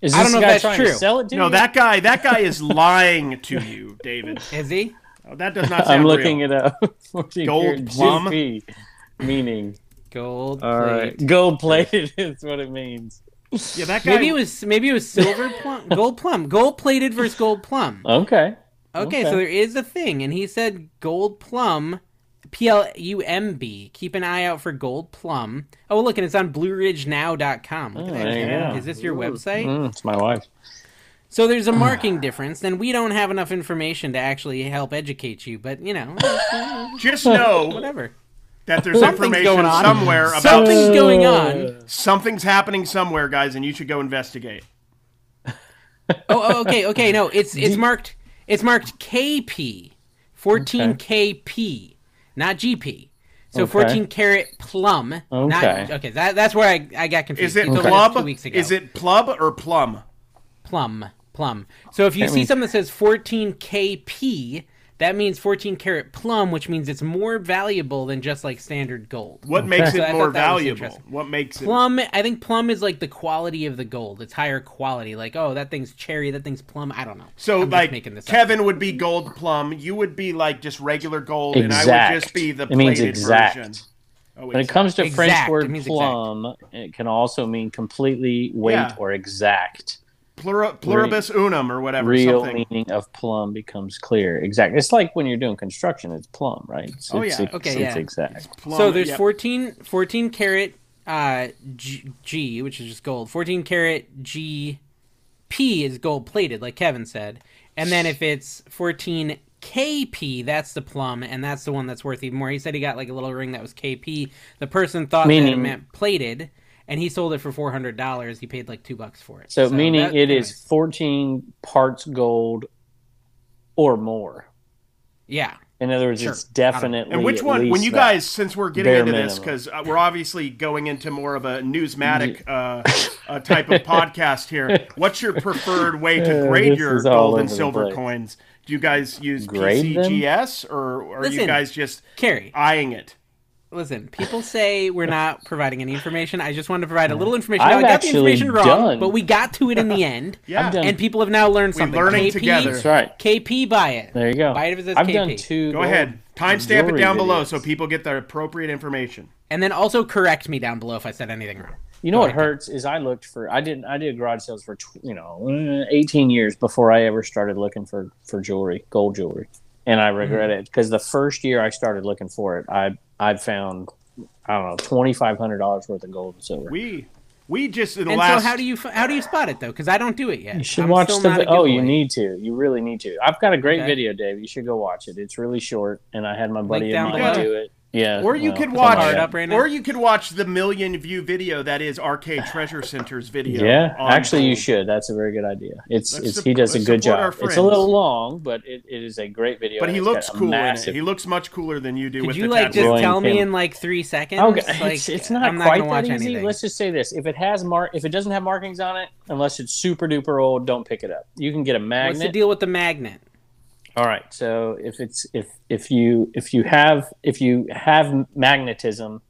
Is I don't this know if guy that's trying true. to sell it to no, you? that guy. That guy is lying to you, David. Is he? Oh, that does not. Sound I'm looking real. it up. [laughs] What do you Gold hear? plum? GP, meaning. Gold All right, plate. gold plated [laughs] is what it means. Yeah, that guy. Maybe it was maybe it was silver [laughs] plum, gold plum, gold plated versus gold plum. Okay, Okay, okay. so there is a thing, and he said gold plum, P L U M B. Keep an eye out for gold plum. Oh, look, and it's on BlueRidgeNow.com. Look Oh, at that. there you Kevin. go. Is this your website? Mm, it's my wife. So there's a marking difference, and we don't have enough information to actually help educate you. But you know, [laughs] Just know whatever. that there's Something's information going on. somewhere about Something's going on. something's happening somewhere, guys, and you should go investigate. oh, oh, okay, okay. No, [laughs] it's it's marked it's marked KP, fourteen KP, not GP. So Okay. fourteen karat plum. Okay. Not, okay. That, that's where I, I got confused. Is it You told me this Two club? weeks ago. Is it plub or plum? plum? Plum. So if you see means- something that says fourteen KP, that means fourteen karat plum, which means it's more valuable than just like standard gold. What makes So I it thought more that was valuable? interesting. What makes Plum, I think plum is like the quality of the gold. It's higher quality. Like, oh, that thing's cherry, that thing's plum. I don't know. it so I'm just like making this up. Kevin would be gold plum, you would be like just regular gold, and I would Exact. just be the It means plated exact. version. Oh, When it comes to Exact, French it word means exact. plum, it can also mean completely, weight, Yeah. or exact. Plura, pluribus unum or whatever. Real something. meaning of plum becomes clear. Exact. It's like when you're doing construction, it's plum, right? It's, Oh, it's, yeah. It's, Okay, it's yeah. exact. Plum, so there's yeah. 14, 14 karat uh, G, G, which is just gold. 14 karat GP is gold plated, like Kevin said. And then if it's 14 KP, that's the plum, and that's the one that's worth even more. He said he got like a little ring that was KP. The person thought that it Meaning- meant plated, and he sold it for four hundred dollars. He paid like two bucks for it. So, meaning that- it is anyways. 14 parts gold or more. yeah. In other words, Sure. it's definitely. And which at one? When least you that. guys, since we're getting bare into this, minimum. because uh, we're obviously going into more of a newsmatic uh, uh, type of podcast [laughs] here. What's your preferred way to Uh, grade this your is all gold and over the silver place. coins? Do you guys use Grade them? PCGS or, or are you Listen. guys just Carrie, eyeing it? Listen, people say we're not providing any information. I just wanted to provide a little information. I've Now, I got the actually information wrong, done- but we got to it in [laughs] the end. Yeah. I've done- And people have now learned We're something. learning KP, together. That's right. KP buy it. There you go. Buy it if it says I've KP. done two. Go gold ahead. Timestamp it jewelry down below videos. so people get the appropriate information. And then also correct me down below if I said anything wrong. You know what hurts is I looked for I didn't I did garage sales for tw- you know eh, 18 years before I ever started looking for for jewelry gold jewelry and I regret it because the first year I started looking for it I I found I don't know twenty five hundred dollars worth of gold and silver We We just in the and last. so how do you f- how do you spot it though? Because I don't do it yet. You should I'm watch still the. not vi- a Oh, you giveaway. need to. You really need to. I've got a great Okay. video, Dave. You should go watch it. It's really short, and I had my buddy down in mind below. do it. Yeah. or you well, could it's watch, alright. up right now. or you could watch the million view video that is Arcade Treasure Center's video. Yeah, on- actually, you should. That's a very good idea. It's Let's it's sup- he does a let's good support our job. It's a friends. little long, but it, it is a great video. But and he it's got looks a cool in massive- it. [laughs] He looks much cooler than you do Could with you the like tattoo. just Growing tell me family. in like three seconds? Okay, Like, Oh, it's, it's not I'm not quite gonna watch that easy. anything. Let's just say this: if it has mark, if it doesn't have markings on it, unless it's super duper old, don't pick it up. You can get a What's the magnet. deal with the magnet? All right, so if it's if if you if you have if you have magnetism,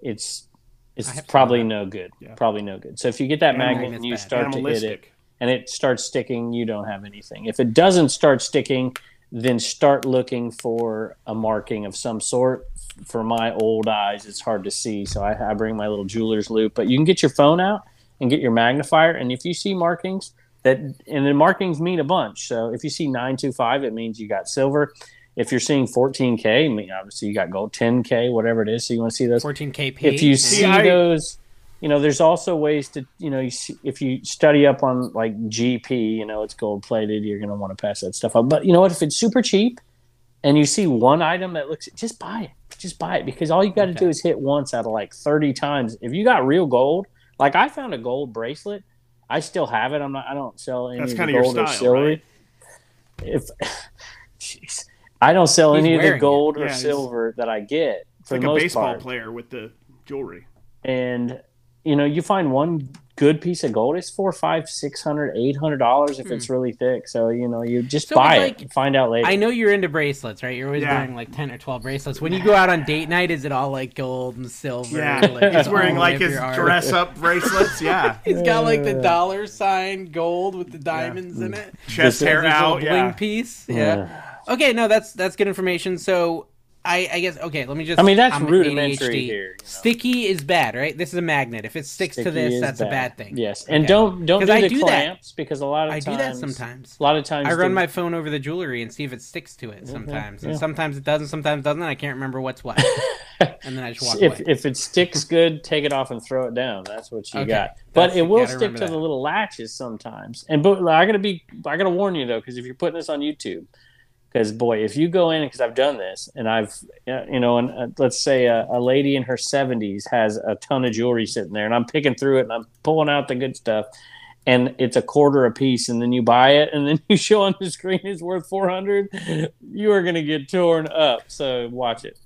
it's I it's have some probably of no good. Yeah. Probably no good. So if you get that Animal- magnet and you Magnet's start to hit it, Animalistic. and it starts sticking, you don't have anything. If it doesn't start sticking, then start looking for a marking of some sort. For my old eyes, it's hard to see, so I, I bring my little jeweler's loop. But you can get your phone out and get your magnifier, and if you see markings that, and the markings mean a bunch. So if you see nine two five, it means you got silver. If you're seeing 14k, I mean obviously you got gold, 10k, whatever it is. So you want to see those 14 kp. if you see I- those you know there's also ways to you know you see, if you study up on like gp you know it's gold plated you're going to want to pass that stuff up but you know what if it's super cheap and you see one item that looks just buy it just buy it because all you got to do is hit once out of like 30 times if you got real gold like i found a gold bracelet i still have it i'm not i don't sell any That's of the kinda your gold or style, silver right? if [laughs] jeez i don't sell He's any of wearing the it. gold Yeah, or he's- silver that i get It's for like the a most baseball part player with the jewelry. and you know you find one good piece of gold it's four five six hundred eight hundred dollars if it's really thick so you know you just Hmm. So, buy but, it like, find out later I know you're into bracelets, right? You're always Yeah. wearing like 10 or 12 bracelets. When you go out on date night, is it all like gold and silver? Yeah, [laughs] Like, he's it's wearing all like over his your arm? dress up bracelets. Yeah, [laughs] He's got like the dollar sign gold with the diamonds Mm. in it. chest hair His little out. Yeah, bling piece. Yeah. Okay, no, that's that's good information. So I, I guess okay, let me just. I mean, that's I'm rudimentary ADHD. here, you know. Sticky is bad, right? This is a magnet. If it sticks Sticky to this, is that's a bad thing. yes and Okay. don't don't 'Cause do the I do that. clamps because a lot of I do times that sometimes. a lot of times I run the- my phone over the jewelry and see if it sticks to it sometimes. And yeah. sometimes it doesn't, sometimes it doesn't. I can't remember what's [laughs] what. and then I just walk if, away. if it sticks good, take it off and throw it down. That's what you Okay. got. But That's- it will gotta stick remember to that. the little latches sometimes. And but I gotta be, I gotta warn you though, because if you're putting this on YouTube, because boy, if you go in, because I've done this, and I've, uh, you know, and uh, let's say a, a lady in her 70s has a ton of jewelry sitting there, and I'm picking through it and I'm pulling out the good stuff. And it's a quarter a piece, and then you buy it, and then [laughs] you show on the screen it's worth four hundred. You are gonna get torn up. So watch it.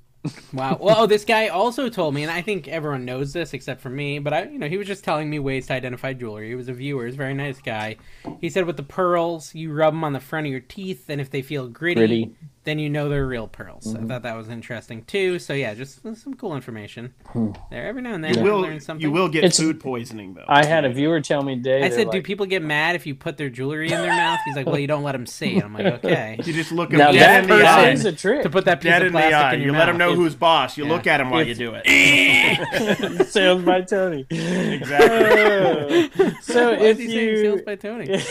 Wow. Well, oh, this guy also told me, and I think everyone knows this except for me, but I, you know, he was just telling me ways to identify jewelry. He was a viewer. He's a very nice guy. He said with the pearls, you rub them on the front of your teeth, and if they feel gritty, Gritty. Mm-hmm. then you know they're real pearls. I thought that was interesting too. So yeah, just some cool information Hmm. there. Every now and then, you I will. learn something. You will get It's- food poisoning though. I had a viewer tell me, Dave. I they're said, do like- people get mad if you put their jewelry in their mouth? He's like, well, you don't let them see. And I'm [laughs] like, okay. You just look Now him dead that in that the person eye. is a trick. [laughs] To put that piece Dead of in the plastic eye. in You your let him [laughs] know mouth. who's boss. You Yeah. look at him while If- you do it. sales by Tony. exactly. so Why is if he saying sales you, by Tony?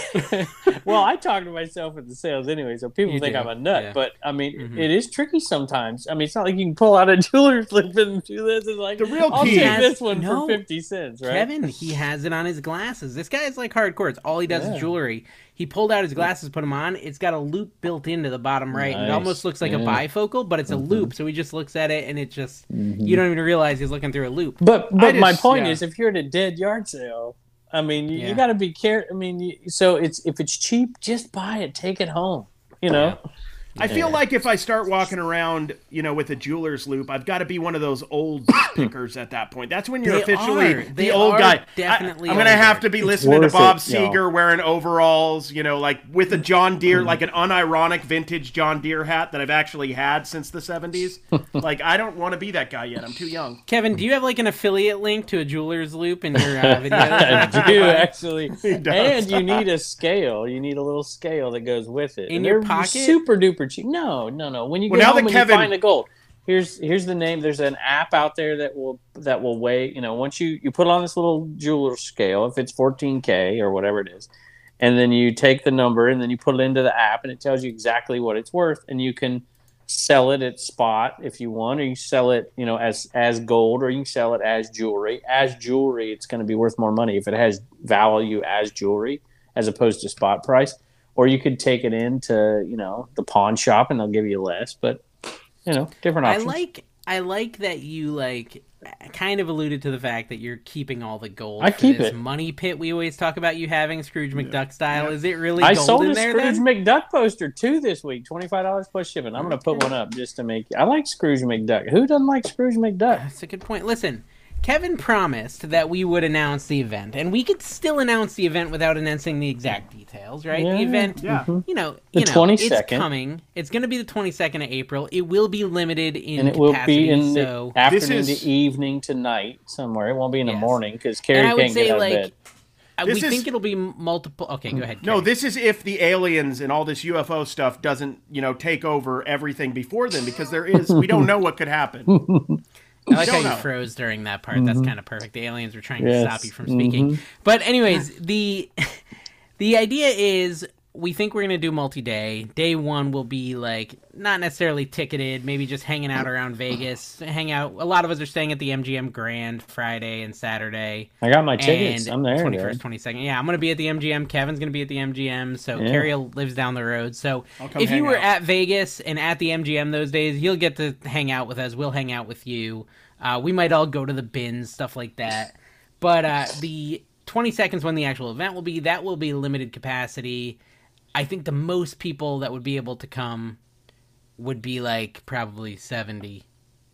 [laughs] well, I talk to myself at the sales anyway, so people You think do, I'm a nut. yeah. Mm-hmm. But I mean, it is tricky sometimes. I mean, it's not like you can pull out a jeweler's slip and do this. It's like The real I'll key- take this one No. for fifty cents, right? Kevin, he has it on his glasses. This guy is like hardcore. It's all he does Yeah. is jewelry. He pulled out his glasses, put them on. It's got a loop built into the bottom right. and It Nice. almost looks like a Yeah. Mm-hmm. Mm. bifocal, but it's a loop. So he just looks at it, and it just you don't even realize he's looking through a loop. But but my just- point yeah. is, if you're at a dead yard sale, I mean, you, Yeah. you got to be careful. I mean, you, so it's if it's cheap, just buy it, take it home. You know, I feel like if I start walking around, you know, with a jeweler's loop, I've got to be one of those [coughs] old pickers at that point. That's when you're They officially are. the They old are guy. definitely I, am gonna older. have to be listening to worth Bob it, y'all. Mm. Seger wearing overalls, you know, like with a John Deere, like an unironic vintage John Deere hat that I've actually had since the [laughs] 70s. like I don't want to be that guy yet. I'm too young. Kevin, do you have like an affiliate link to a jeweler's loop in your [laughs] uh, video? I [laughs] do actually. does. And you need a scale. You need a little scale that goes with it. In And your they're pocket? Super duper cheap. No, no, no. When you Well, get now home that and Kevin- you find the gold. Here's here's the name. There's an app out there that will that will weigh. You know, once you you put on this little jeweler scale, if it's 14k or whatever it is, and then you take the number and then you put it into the app, and it tells you exactly what it's worth, and you can sell it at spot if you want, or you sell it, you know, as as gold, or you can sell it as jewelry. As jewelry, it's going to be worth more money if it has value as jewelry as opposed to spot price. Or you could take it into, you know, the pawn shop and they'll give you less. But you know, different I options. like I like that you like kind of alluded to the fact that you're keeping all the gold. I for keep this it. money pit we always talk about you having Scrooge McDuck style. Yeah. Is it really I gold sold in a there Scrooge then? McDuck poster too this week, twenty five dollars plus shipping. I'm gonna put one up just to make. I like Scrooge McDuck. Who doesn't like Scrooge McDuck? That's a good point. Listen, Kevin promised that we would announce the event, and we could still announce the event without announcing the exact details, right? Yeah. The event, Yeah. you know, The you know, 22nd. it's coming. It's going to be the 22nd of April. It will be limited in And it will capacity, be in so. the afternoon This is- to evening to night somewhere. It won't be in the Yes. morning because and Carrie I would can't get say, out of like, bed. uh, we This is- think it'll be m- multiple. Okay, go ahead. No, Kevin. this is if the aliens and all this UFO stuff doesn't, you know, take over everything before them because there is we don't know what could happen. I like how I don't you know. froze during that part. That's kind of perfect. The aliens were trying Yes. to stop you from speaking. But anyways, the [laughs] the idea is we think we're gonna do multi day. Day one will be like not necessarily ticketed, maybe just hanging out around Vegas. Hang out. A lot of us are staying at the MGM Grand Friday and Saturday. I got my tickets. and I'm there. dude. 21st, 22nd. Yeah, I'm going to be at the MGM. Kevin's going to be at the MGM. So Yeah. Carrie lives down the road. So I'll come if you hang were out. at Vegas and at the MGM those days, you'll get to hang out with us. We'll hang out with you. Uh, we might all go to the bins, stuff like that. But uh, the 20 seconds when the actual event will be, that will be limited capacity. I think the most people that would be able to come would be like probably 70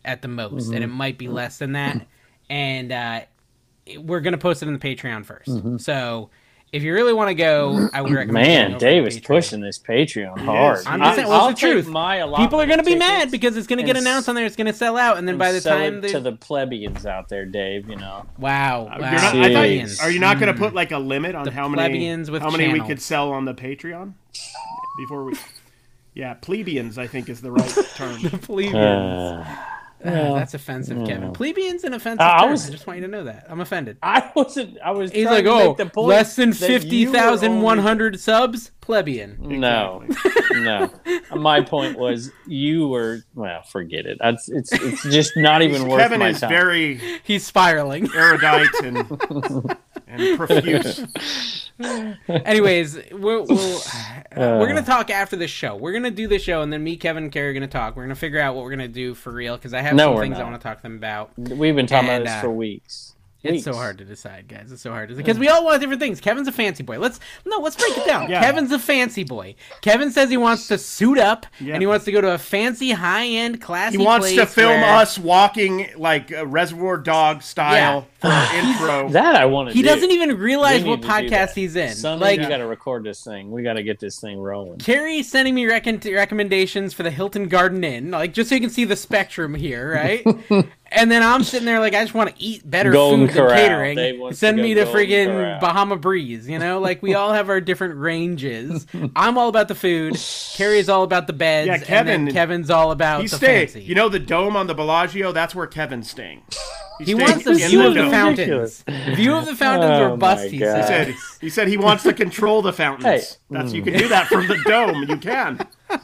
at the most, and it might be less than that. And uh, it- we're going to post it in the Patreon 1st So if you really want to go, I would recommend. going Man, over Dave to is Patreon. pushing this Patreon hard. is. I'm just saying, well, it's the take truth. My allotment People are going to of be tickets mad because it's going to get and s- announced on there. It's going to sell out, and then and by the sell time it the to the plebeians out there, Dave, you know, wow, wow Uh, You're not, I thought you, plebeians. are you not going to Mm. put like a limit on The how many plebeians with how many we channel. could sell on the Patreon before we? Yeah, plebeians I think is the right [laughs] [laughs] term. plebeians? Hmm. Uh, Ah, that's offensive, Kevin. Plebeians an offensive. Uh, I term. I, was- just want you to know that. I'm offended. [sighs] I wasn't. I was. He's like, trying to oh, make the point less than that you were fifty thousand one only- hundred subs, plebeian. No, no. [laughs] My point was you were. Well, forget it. That's, it's it's just [laughs] not even worth Kevin my is time. very He's [laughs] spiraling. erudite and and profuse. Anyways, we'll, [laughs] we'll, Uh. we're gonna talk after this show. We're gonna do the show, and then me, Kevin, and Carrie are gonna talk. We're gonna figure out what we're gonna do for real because I have No, some we're things I not. want to talk to them about. We've been talking And, about this uh, for weeks. It's so hard to decide, guys. It's so hard to because we all want different things. Kevin's a fancy boy. Let's no, let's break it down. Yeah. Kevin's a fancy boy. Kevin says he wants to suit up Yeah. and he wants to go to a fancy, high-end, classy. He wants to place film where- us walking like a Reservoir Dog style for intro. That I want to. He do. doesn't even realize We what need to do that. podcast he's in. Son, like we got to record this thing. We got to get this thing rolling. Carrie's sending me recon- recommendations for the Hilton Garden Inn, like just so you can see the spectrum here, right? and then I'm sitting there like I just want to eat better Golden food Corral. than Dave catering. wants Send to go me to Golden friggin' Corral. Bahama Breeze, you know? Like we all have our different ranges. I'm all about the food. Carrie's all about the beds. Yeah, And Kevin- then Kevin's all about He's the staying. fancy. You know the dome on the Bellagio? That's where [laughs] Kevin's staying. he staying wants the in view of the dome. fountains. View of the fountains Oh or bust. my He God. He said. said, he said he wants to control the fountains. Hey. That's Hmm. you can do that from the dome. You can. What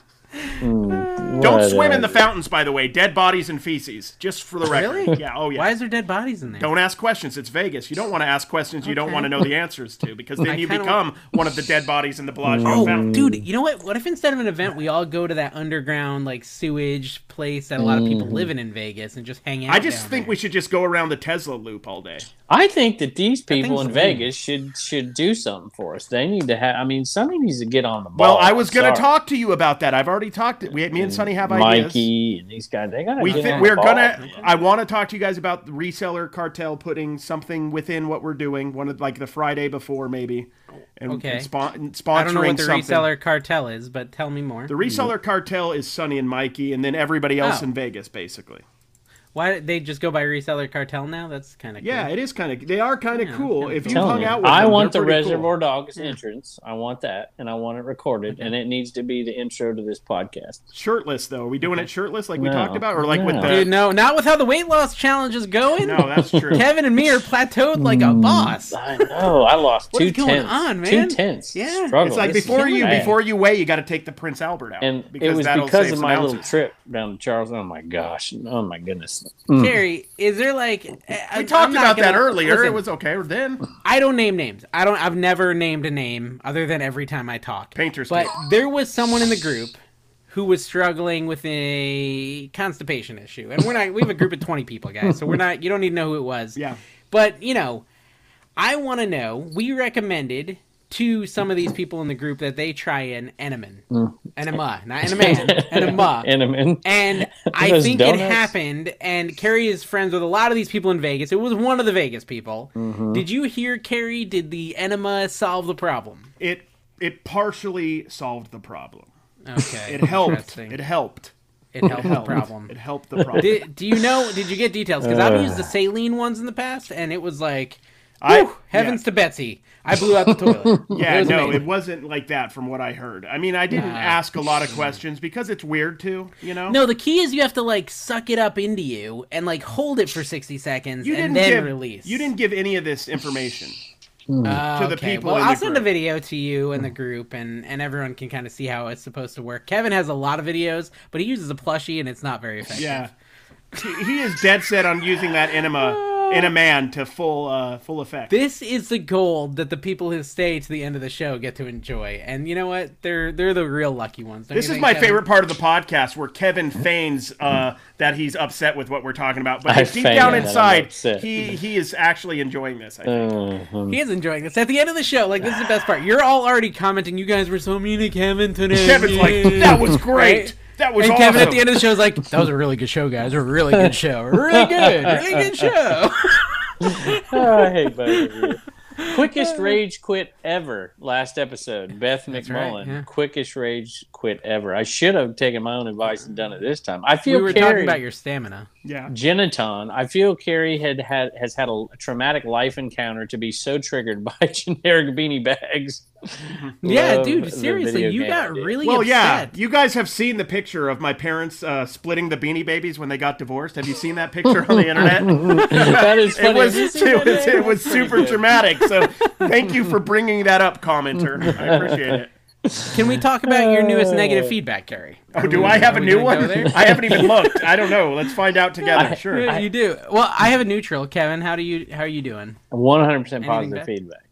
Hmm. Don't swim in a- the fountains, by the way. Dead bodies and feces, just for the record. Really? Yeah. Oh yeah. Why is there dead bodies in there? don't ask questions. It's Vegas. You don't want to ask questions you don't Okay. want to know the answers to because I then you kinda become one of the dead bodies in the Bellagio Oh, fountain. dude, you know what? What if instead of an event, we all go to that underground like sewage place that a lot of people live in in Vegas and just hang out? Mm. I just down think there? we should just go around the Tesla loop all day. I think that these people thing's in lame. Vegas should should do something for us. They need to have. I mean, somebody needs to get on the ball. Well, I was Sorry. going to talk to you about that. I've already talked. To, we, me and Sonny have ideas. Mikey and these guys. They gotta. we get thi- on the we're ball, gonna. man. I want to talk to you guys about the reseller cartel putting something within what we're doing. One of like the Friday before maybe, and, Okay. and spon- and sponsoring I don't know what the something. reseller cartel is, but tell me more. The reseller cartel is Sonny and Mikey, and then everybody else Oh. in Vegas, basically. Why they just go by reseller cartel now? That's kind of Yeah, it is kind of. They are kind of Yeah, cool. kinda If cool. you Telling hung you, out with I them, want the they're pretty cool. Reservoir Dogs entrance. I want that, and I want it recorded, and it needs to be the intro to this podcast. Shirtless though, are we doing it shirtless like we No. talked about, or like with No. the? Dude, no, not with how the weight loss challenge is going. No, that's true. Mm. Kevin and me are plateaued like a boss. I know. I lost What is two going tenths. on, Two man? tenths. Yeah. Struggle. It's like This is before you bad. before you weigh, you got to take the Prince Albert out. and it was that'll because save of some my little ounces. trip down to Charles. Oh my gosh. Oh my goodness. Mm. Terry, is there like We talked about that earlier. it was okay or then. [laughs] I don't name names. I don't. I've never named a name other than every time I talk. Painter's But tape. there was someone in the group who was struggling with a constipation issue, and we're not. We have a group of twenty people, guys. So we're not. You don't need to know who it was. Yeah. But you know, I want to know. We recommended to some of these people in the group that they try an enemin, enema, not eneman, enema. Enema. [laughs] And I [laughs] Those think it donuts. happened. And Carrie is friends with a lot of these people in Vegas. It was one of the Vegas people. Mm-hmm. Did you hear, Carrie? Did the enema solve the problem? It it partially solved the problem. Okay, It [laughs] helped. Interesting. It helped. It helped the Helped. problem. It helped the problem. Did, do you know? Did you get details? Because I've Uh. used the saline ones in the past, and it was like, I- whew, heavens yeah. to Betsy, I blew out the toilet. [laughs] yeah, It was no, amazing. it wasn't like that from what I heard. I mean, I didn't Nah. ask a lot of questions because it's weird too. You know. No, the key is you have to like suck it up into you and like hold it for sixty seconds You and didn't then give release. you didn't give any of this information. Uh, to the okay. people Well, in I'll the send a group. video to you and the group, and and everyone can kind of see how it's supposed to work. Kevin has a lot of videos, but he uses a plushie, and it's not very effective. Yeah. He- he is dead set on using that enema in a man to full uh, full effect. This is the gold that the people who stay to the end of the show get to enjoy, and you know what? They're they're the real lucky ones. don't This you is think, my Kevin? favorite part of the podcast where Kevin feigns uh, that he's upset with what we're talking about, but I deep feign down that I'm inside, upset. he he is actually enjoying this. I think. Mm. He is enjoying this. At the end of the show, like this is the best part. You're all already commenting. You guys were so mean to Kevin Oh. today. Kevin's like, "That was great. That was And awesome." Kevin at the end of the show is like, "That was a really good show, guys. A really good show. A Really good. Really [laughs] good show." Oh, I hate [laughs] both of you. Quickest rage quit ever. Last episode, Beth right, McMullen. yeah. Quickest rage quit ever. I should have taken my own advice and done it this time. I feel we were Carrie, talking about your stamina. yeah, Geniton. I feel Carrie had had has had a traumatic life encounter to be so triggered [laughs] by generic beanie bags. Yeah, Love dude. the Seriously, video you game got idea. really well, yeah. upset. You guys have seen the picture of my parents uh, splitting the Beanie Babies when they got divorced. Have you seen that picture on [laughs] the internet? that is funny. It was, [laughs] Have you seen it that was name? it was That's pretty super good. dramatic. So thank you for bringing that up, commenter. I appreciate it. Can we talk about your newest negative feedback, Carrie? Oh, do I have a we new gonna go one? there? I haven't even looked. I don't know. Let's find out together. Sure. you do. Well, I have a neutral. Kevin, how do you? How are you doing? One hundred percent back? positive feedback.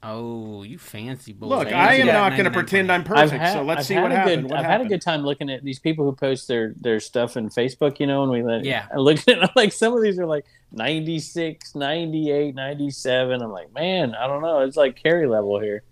Oh, you fancy boy. Look, You I am got not going to 99 pretend I'm I've perfect. had, so let's I've see had what a happened. Good, what I've happened? had a good time looking at these people who post their their stuff in Facebook, you know, and we let [laughs] Yeah. I look at I'm like some of these are like 96, 98, 97. I'm like, man, I don't know. It's like carry level here.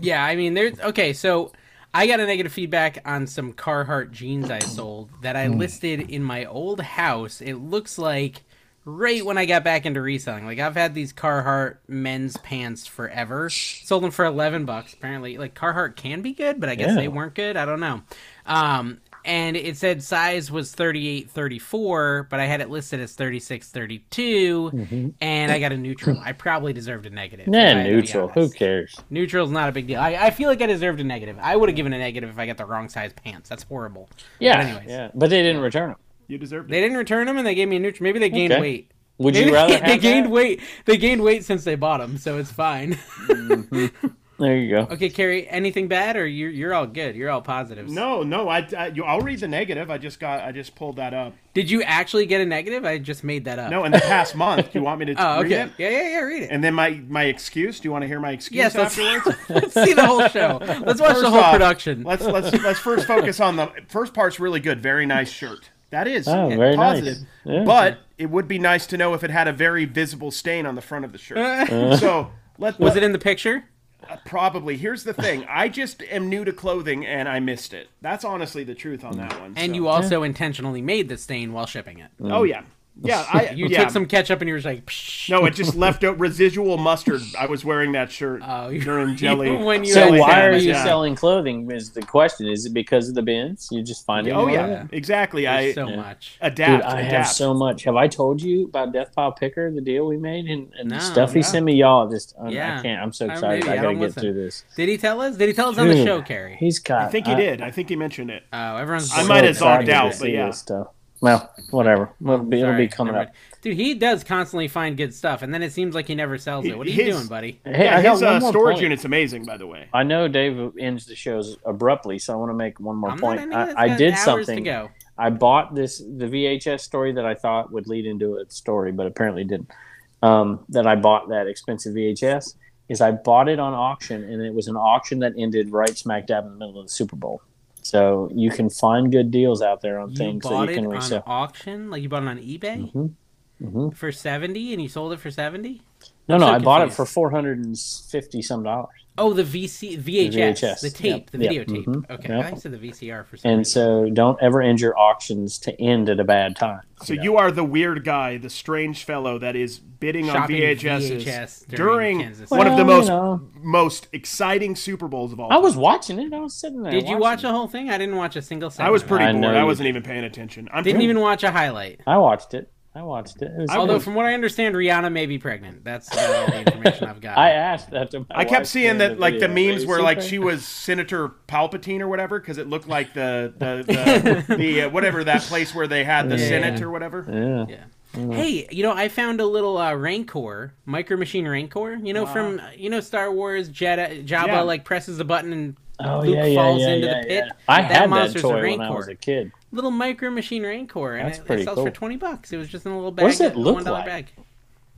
Yeah, I mean, there's okay. So I got a negative feedback on some Carhartt jeans I sold that Hmm. I listed in my old house. It looks like right when I got back into reselling. Like I've had these Carhartt men's pants forever. Sold them for eleven bucks. Apparently, like Carhartt can be good, but I guess Yeah. they weren't good. I don't know. Um, and it said size was 38 34 but i had it listed as 36 32 and i got a neutral i probably deserved a negative if I Nah, had to be neutral. Who honest. cares? Neutral's not a big deal. I, I feel like I deserved a negative. I would have given a negative if I got the wrong size pants. That's horrible. Yeah, anyways. yeah. But they didn't return them. You deserved They it. didn't return them, and they gave me a neutral. Maybe they gained Okay. weight. Would Maybe you rather [laughs] they, have gained that? weight. They gained weight since they bought them, so it's fine. [laughs] There you go. okay, Carrie, anything bad, or you're you're all good? You're all positives. No, no. I, I you, I'll read the negative. I just got. I just pulled that up. Did you actually get a negative? I just made that up. No, in the [laughs] past month. Do you want me to Oh, read okay. it? Yeah, yeah, yeah. Read it. And then my my excuse. Do you want to hear my excuse yes, let's, afterwards? [laughs] let's see the whole [laughs] show. Let's watch the First whole off, production. Let's let's let's first focus on the first part's really good. Very nice shirt. That is Oh, very nice. positive. Yeah. But it would be nice to know if it had a very visible stain on the front of the shirt. Uh. so [laughs] let Was it in the picture? Probably. Here's the thing. I just am new to clothing and I missed it. That's honestly the truth on that one. And so- you also intentionally made the stain while shipping it. Oh yeah. Yeah, I, [laughs] You yeah. took some ketchup and you were just like, Psh. No, it just left out residual mustard. I was wearing that shirt Oh, [laughs] you- during jelly. when you jelly So why are sandwich, you yeah. selling clothing? Is the question? Is it because of the bins? You just find it. Oh everywhere? yeah, exactly. I There's so much. adapt. Dude, I have adapt. so much. Have I told you about Death Pile Picker, the deal we made, and, and No, the stuff he yeah. sent me? Y'all just, I- Yeah. I can't. I'm so I- excited. maybe I I gotta don't get listen. through this. Did he tell us? Did he tell us on the Dude, show, Carrie? He's got. I think he did. I think he mentioned it. Oh, everyone's. I might have zoned excited to out, see but yeah. this stuff. Well, whatever. It'll be, it'll Sorry, be coming never up. mind. Dude, he does constantly find good stuff, and then it seems like he never sells it. What are you His- doing, buddy? Hey, yeah, I got his one uh, more storage point. unit's amazing, by the way. I know Dave ends the shows abruptly, so I want to make one more I'm not point. ending this. I, I Got did hours To something. go. I bought this the VHS story that I thought would lead into a story, but apparently it didn't. Um, that I bought that expensive VHS is I bought it on auction, and it was an auction that ended right smack dab in the middle of the Super Bowl. So you can find good deals out there on You things bought that you it can on resell. auction, like you bought it on eBay hmm hmm for seventy, and you sold it for seventy. No, no, so I bought it confused. for four hundred and fifty some dollars. Oh, the VC, VHS, the, VHS, yep, tape, the yep, videotape. mhm, Okay, yep. I said the VCR for some And reason. so don't ever end your auctions to end at a bad time. So you are the weird guy, the strange fellow that is bidding Shopping on VHSs VHS during during, Kansas one of the Well, most you know. most exciting Super Bowls of all. I time. was watching it. I was sitting there. Did you watch watching the whole thing? I didn't watch a single second. I was of it. pretty I know bored. I you- wasn't even paying attention. I'm Didn't even watch a highlight. it. I watched it. I watched it. it was Although, good. from what I understand, Rihanna may be pregnant. That's about all the information I've got. [laughs] I asked that to my I kept wife seeing during that like the video. memes Is were she like pregnant? she was Senator Palpatine or whatever because it looked like the the the, the uh, whatever that place where they had the Yeah. Senate or whatever. Yeah. Yeah. Hey, you know, I found a little uh, Rancor, micro machine Rancor. You know, from uh, you know Star Wars, Jedi, Jabba Yeah. like presses the button and Oh Luke yeah, yeah, falls yeah, into yeah, the pit. yeah. I That had that monster's a toy when I Rancor. was [laughs] a kid. little micro machine Rancor, and That's it, it pretty sells for cool. twenty bucks. It was just in a little bag, What does it a look one dollar like? bag.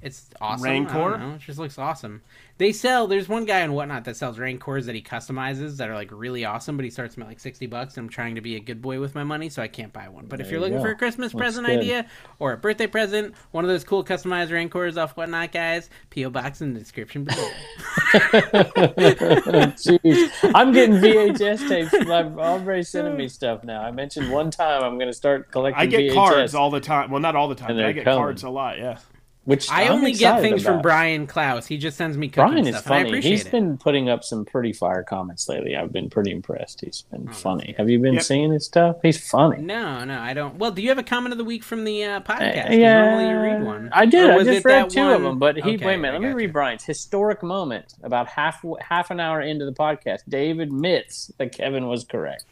It's awesome. I Rancor? don't know. It just looks awesome. They sell. There's one guy on whatnot that sells Rancors that he customizes that are like really awesome, but he starts them at like sixty bucks. And I'm trying to be a good boy with my money, so I can't buy one. But if There you're you looking go. for a Christmas Looks present good. idea or a birthday present, one of those cool customized Rancors off whatnot, guys, PO box in the description [laughs] below. Jeez, [laughs] I'm getting VHS tapes. My Aubrey's sending me stuff now. I mentioned one time I'm going to start collecting. I get VHS, cards all the time. Well, not all the time. And But I they're get coming. cards a lot. Yeah. which I I'm only get excited things from about. Brian Klaus. He just sends me cooking Brian is stuff, and I funny. appreciate He's it. been putting up some pretty fire comments lately. I've been pretty impressed. He's Hmm. been funny. Have you been Yep. seeing his stuff? He's funny. No, no, I don't. Well, do you have a comment of the week from the uh, Uh, podcast? 'Cause normally you read one. I did. Or I was just it read that two of one- them. But he, Okay, wait a minute. Let I me gotcha. read Brian's historic moment. About half half an hour into the podcast, Dave admits that Kevin was correct.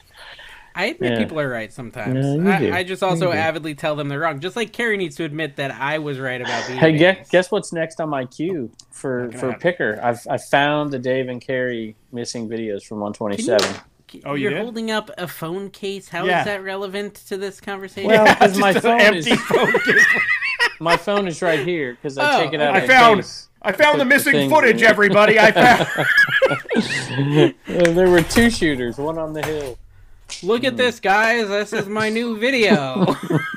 I admit Yeah. people are right sometimes. Yeah, you do. I, I just also You do. avidly tell them they're wrong. Just like Carrie needs to admit that I was right about the. Hey, guess, emails. guess what's next on my queue for gonna for happen. picker? I've I found the Dave and Carrie missing videos from 127. Oh, you you're did? holding up a phone case. How is Yeah. that relevant to this conversation? Well, Yeah, [laughs] because my just phone an empty is phone case. my phone is right here because [laughs] I Oh, take it out. I of the found- case. I found the Put the missing thing footage, in. everybody. I found. [laughs] there were two shooters, one on the hill. [laughs] Look hmm. at this, guys. This is my new video.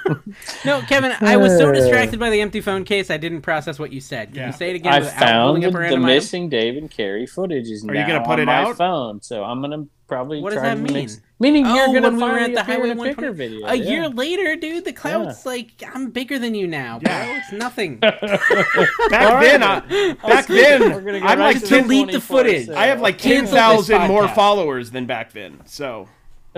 [laughs] no, Kevin, I was Uh. so distracted by the empty phone case, I didn't process what you said. Can Yeah. you say it again? I without found holding the, up a the random item? missing Dave and Carrie footage is Are you now gonna put on it my out? phone, so I'm gonna probably. What does try that and mean? mix- meaning Oh, you're gonna when we were finally at the appear Highway in a picker 120 video. A yeah. year later, dude, the clout's like, I'm bigger than you now, bro. Yeah. It's [laughs] nothing. Back then, I, back We're gonna then, go I'm right like to the- ten, Delete the 24, footage. so- I have like Cancel ten this thousand more podcast. followers than back then. So,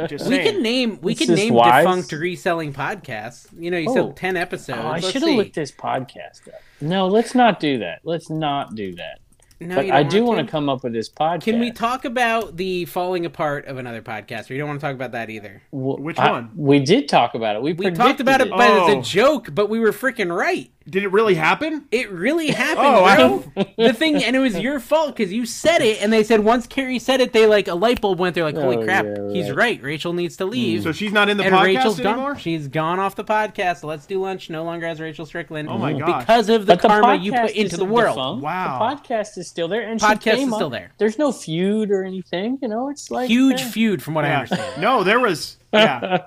just We saying. can name we It's can just name wise. defunct reselling podcasts. You know, you Oh. said ten episodes. Oh, I Let's should have see. looked this podcast up. No, let's not do that. Let's not do that. No, but you don't I do want want to come up with this podcast. Can we talk about the falling apart of another podcast? Or you don't want to talk about that either. W- Which I- one? we did talk about it. We, We talked about it, predicted but Oh. it's a joke. But we were freaking right. Did it really happen? It [laughs] really happened, Oh, I- bro. the thing, and it was your fault because you said it, and they said once Carrie said it, they like a light bulb went. They're like, "Holy Oh, crap, yeah, right. Mm. he's right. Rachel needs to leave." So she's not in the and podcast Rachel's anymore. gone. She's gone off the podcast. Let's do lunch. No longer has Rachel Strickland. Oh my gosh. Because of the Mm. But karma you podcast put into the isn't world. defunct. Wow. The podcast is still there. And she Podcast came is still on- there. There's no feud or anything. You know, it's like Huge eh. feud, from what I Yeah. understand. [laughs] No, there was. [laughs] Yeah.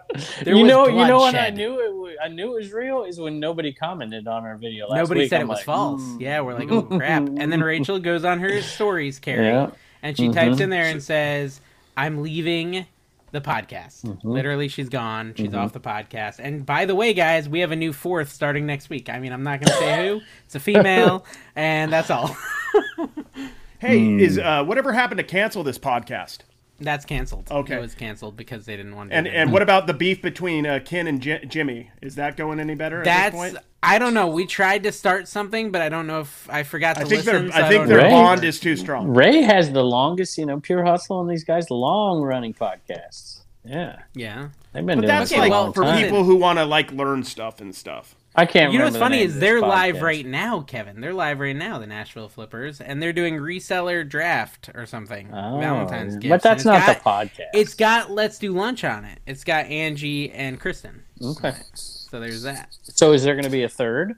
There you was know, you know when I bloodshed. knew it. wa- I knew it was real is when nobody commented on our video. Last Nobody week. said I'm it was like, false. mm. Yeah, we're like, oh crap. And then Rachel goes on her stories, Carrie, Yeah. Mm-hmm. and she types in there and says, "I'm leaving the podcast. Mm-hmm. Literally, she's gone. She's off the podcast. And by the way, guys, we have a new fourth starting next week. I mean, I'm not going to say who. It's a [laughs] female, and that's all. Hey, is Hmm. uh, whatever happened to cancel this podcast? that's canceled. Okay. it was canceled because they didn't want to. And do that. and what about the beef between uh, Ken and J- Jimmy? Is that going any better at this that's point? I don't know. We tried to start something, but I don't know if I forgot to I think listen. their so I think don't their know. Right. bond is too strong. Ray has the longest, you know, pure hustle on these guys, long running podcasts. Yeah, yeah. they've been But doing that's this for like a well, long for time. people who want to like learn stuff and stuff. I can't. You know what's remember funny the name is of they're this live podcast. right now, Kevin. They're live right now, the Nashville Flippers, and they're doing reseller draft or something. Oh, Valentine's yeah. gift. but that's not the podcast. It's got Let's Do Lunch on it. It's got Angie and Kristen. okay. So there's that. So is there going to be a third?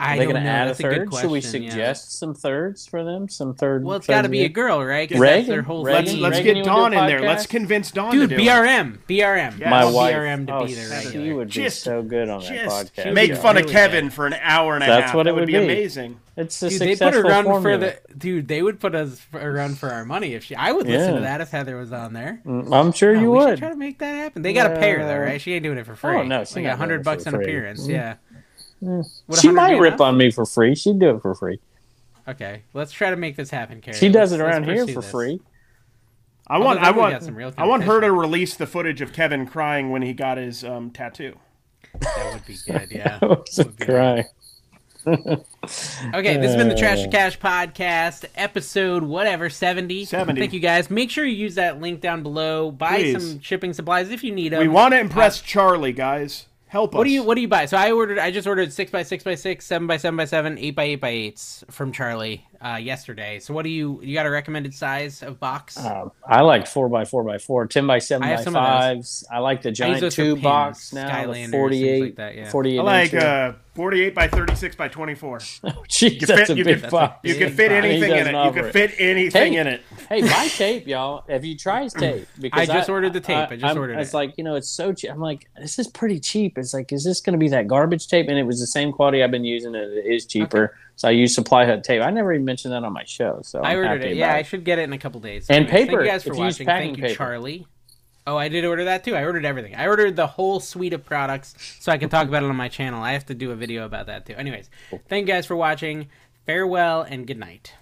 I Are they don't going to know. add a That's third? good question. Should we yeah. suggest some thirds for them? Some third. Well, it's third got to be a view? girl, right? 'Cause Reagan? that's their whole Reagan? Let's thing. let's Reagan, get you wanna Dawn do in a there. Let's podcast? convince Dawn Dude, to do it. BRM, BRM. Yes. My I Tell want wife. BRM to oh, be there. Seth, regular. you would be Just- so good on that Just podcast. make Yeah. fun of Really Kevin for an hour and a That's half. what it that would would be, be. amazing. It's a Dude, they successful put a run for formula. the dude. They would put us for a run for our money if she. I would listen to Yeah. that if Heather was on there. Mm, I'm sure Oh, you we should would. try to make that happen. They got to pay her though, Yeah. right? She ain't doing it for free. no, she's she not got hundred doing it bucks for an free. Mm. appearance. Yeah. Would She 100 might be rip enough? on me for free. She'd do it for free. Okay, let's try to make this happen, Carrie. She does Let's- it around let's here pursue for this. free. [laughs] I want Although I then we got want some real I want her to competition. release the footage of Kevin crying when he got his um, tattoo. That would be good. Yeah. I wasn't be- crying. Okay, this has been the Trash to Uh. Cash podcast, episode whatever, 70. 70. Thank you guys. Make sure you use that link down below. Buy Please. some shipping supplies if you need them. We want to impress Charlie, guys. Help us. Um, What do you what do you buy? So I ordered I just ordered six by six by six, seven by seven by seven, eight by eight by eights from Charlie uh, yesterday. So what do you you got a recommended size of box? Um, I liked four by four by four, ten by seven I have by some of those. fives. I like the giant those for two pins, box now, Skylanders, things the 48, like that, yeah. 48 I like inch. [laughs] uh, 48 by 36 by 24. Jeez, You [laughs] that's fit- a you big could- box. You Yeah, can fit fine. He anything in doesn't it. You offer can it. fit anything Hey. in it. hey, buy tape, y'all. Have you tried tape? [clears throat] I just ordered the tape. I just I'm- ordered It's it. like you know, it's so cheap. I'm like, this is pretty cheap. It's like, is this going to be that garbage tape? And it was the same quality I've been using. And it is cheaper. So I use Supply Hut tape. I never even mentioned that on my show. So I I'm ordered happy it. Yeah, about I should get it in a couple days. And Anyways, Thank paper, you guys for if you use watching. Thank packing you, paper. Charlie. Oh, I did order that too. I ordered everything. I ordered the whole suite of products so I can talk about it on my channel. I have to do a video about that too. Anyways, thank you guys for watching. Farewell and good night.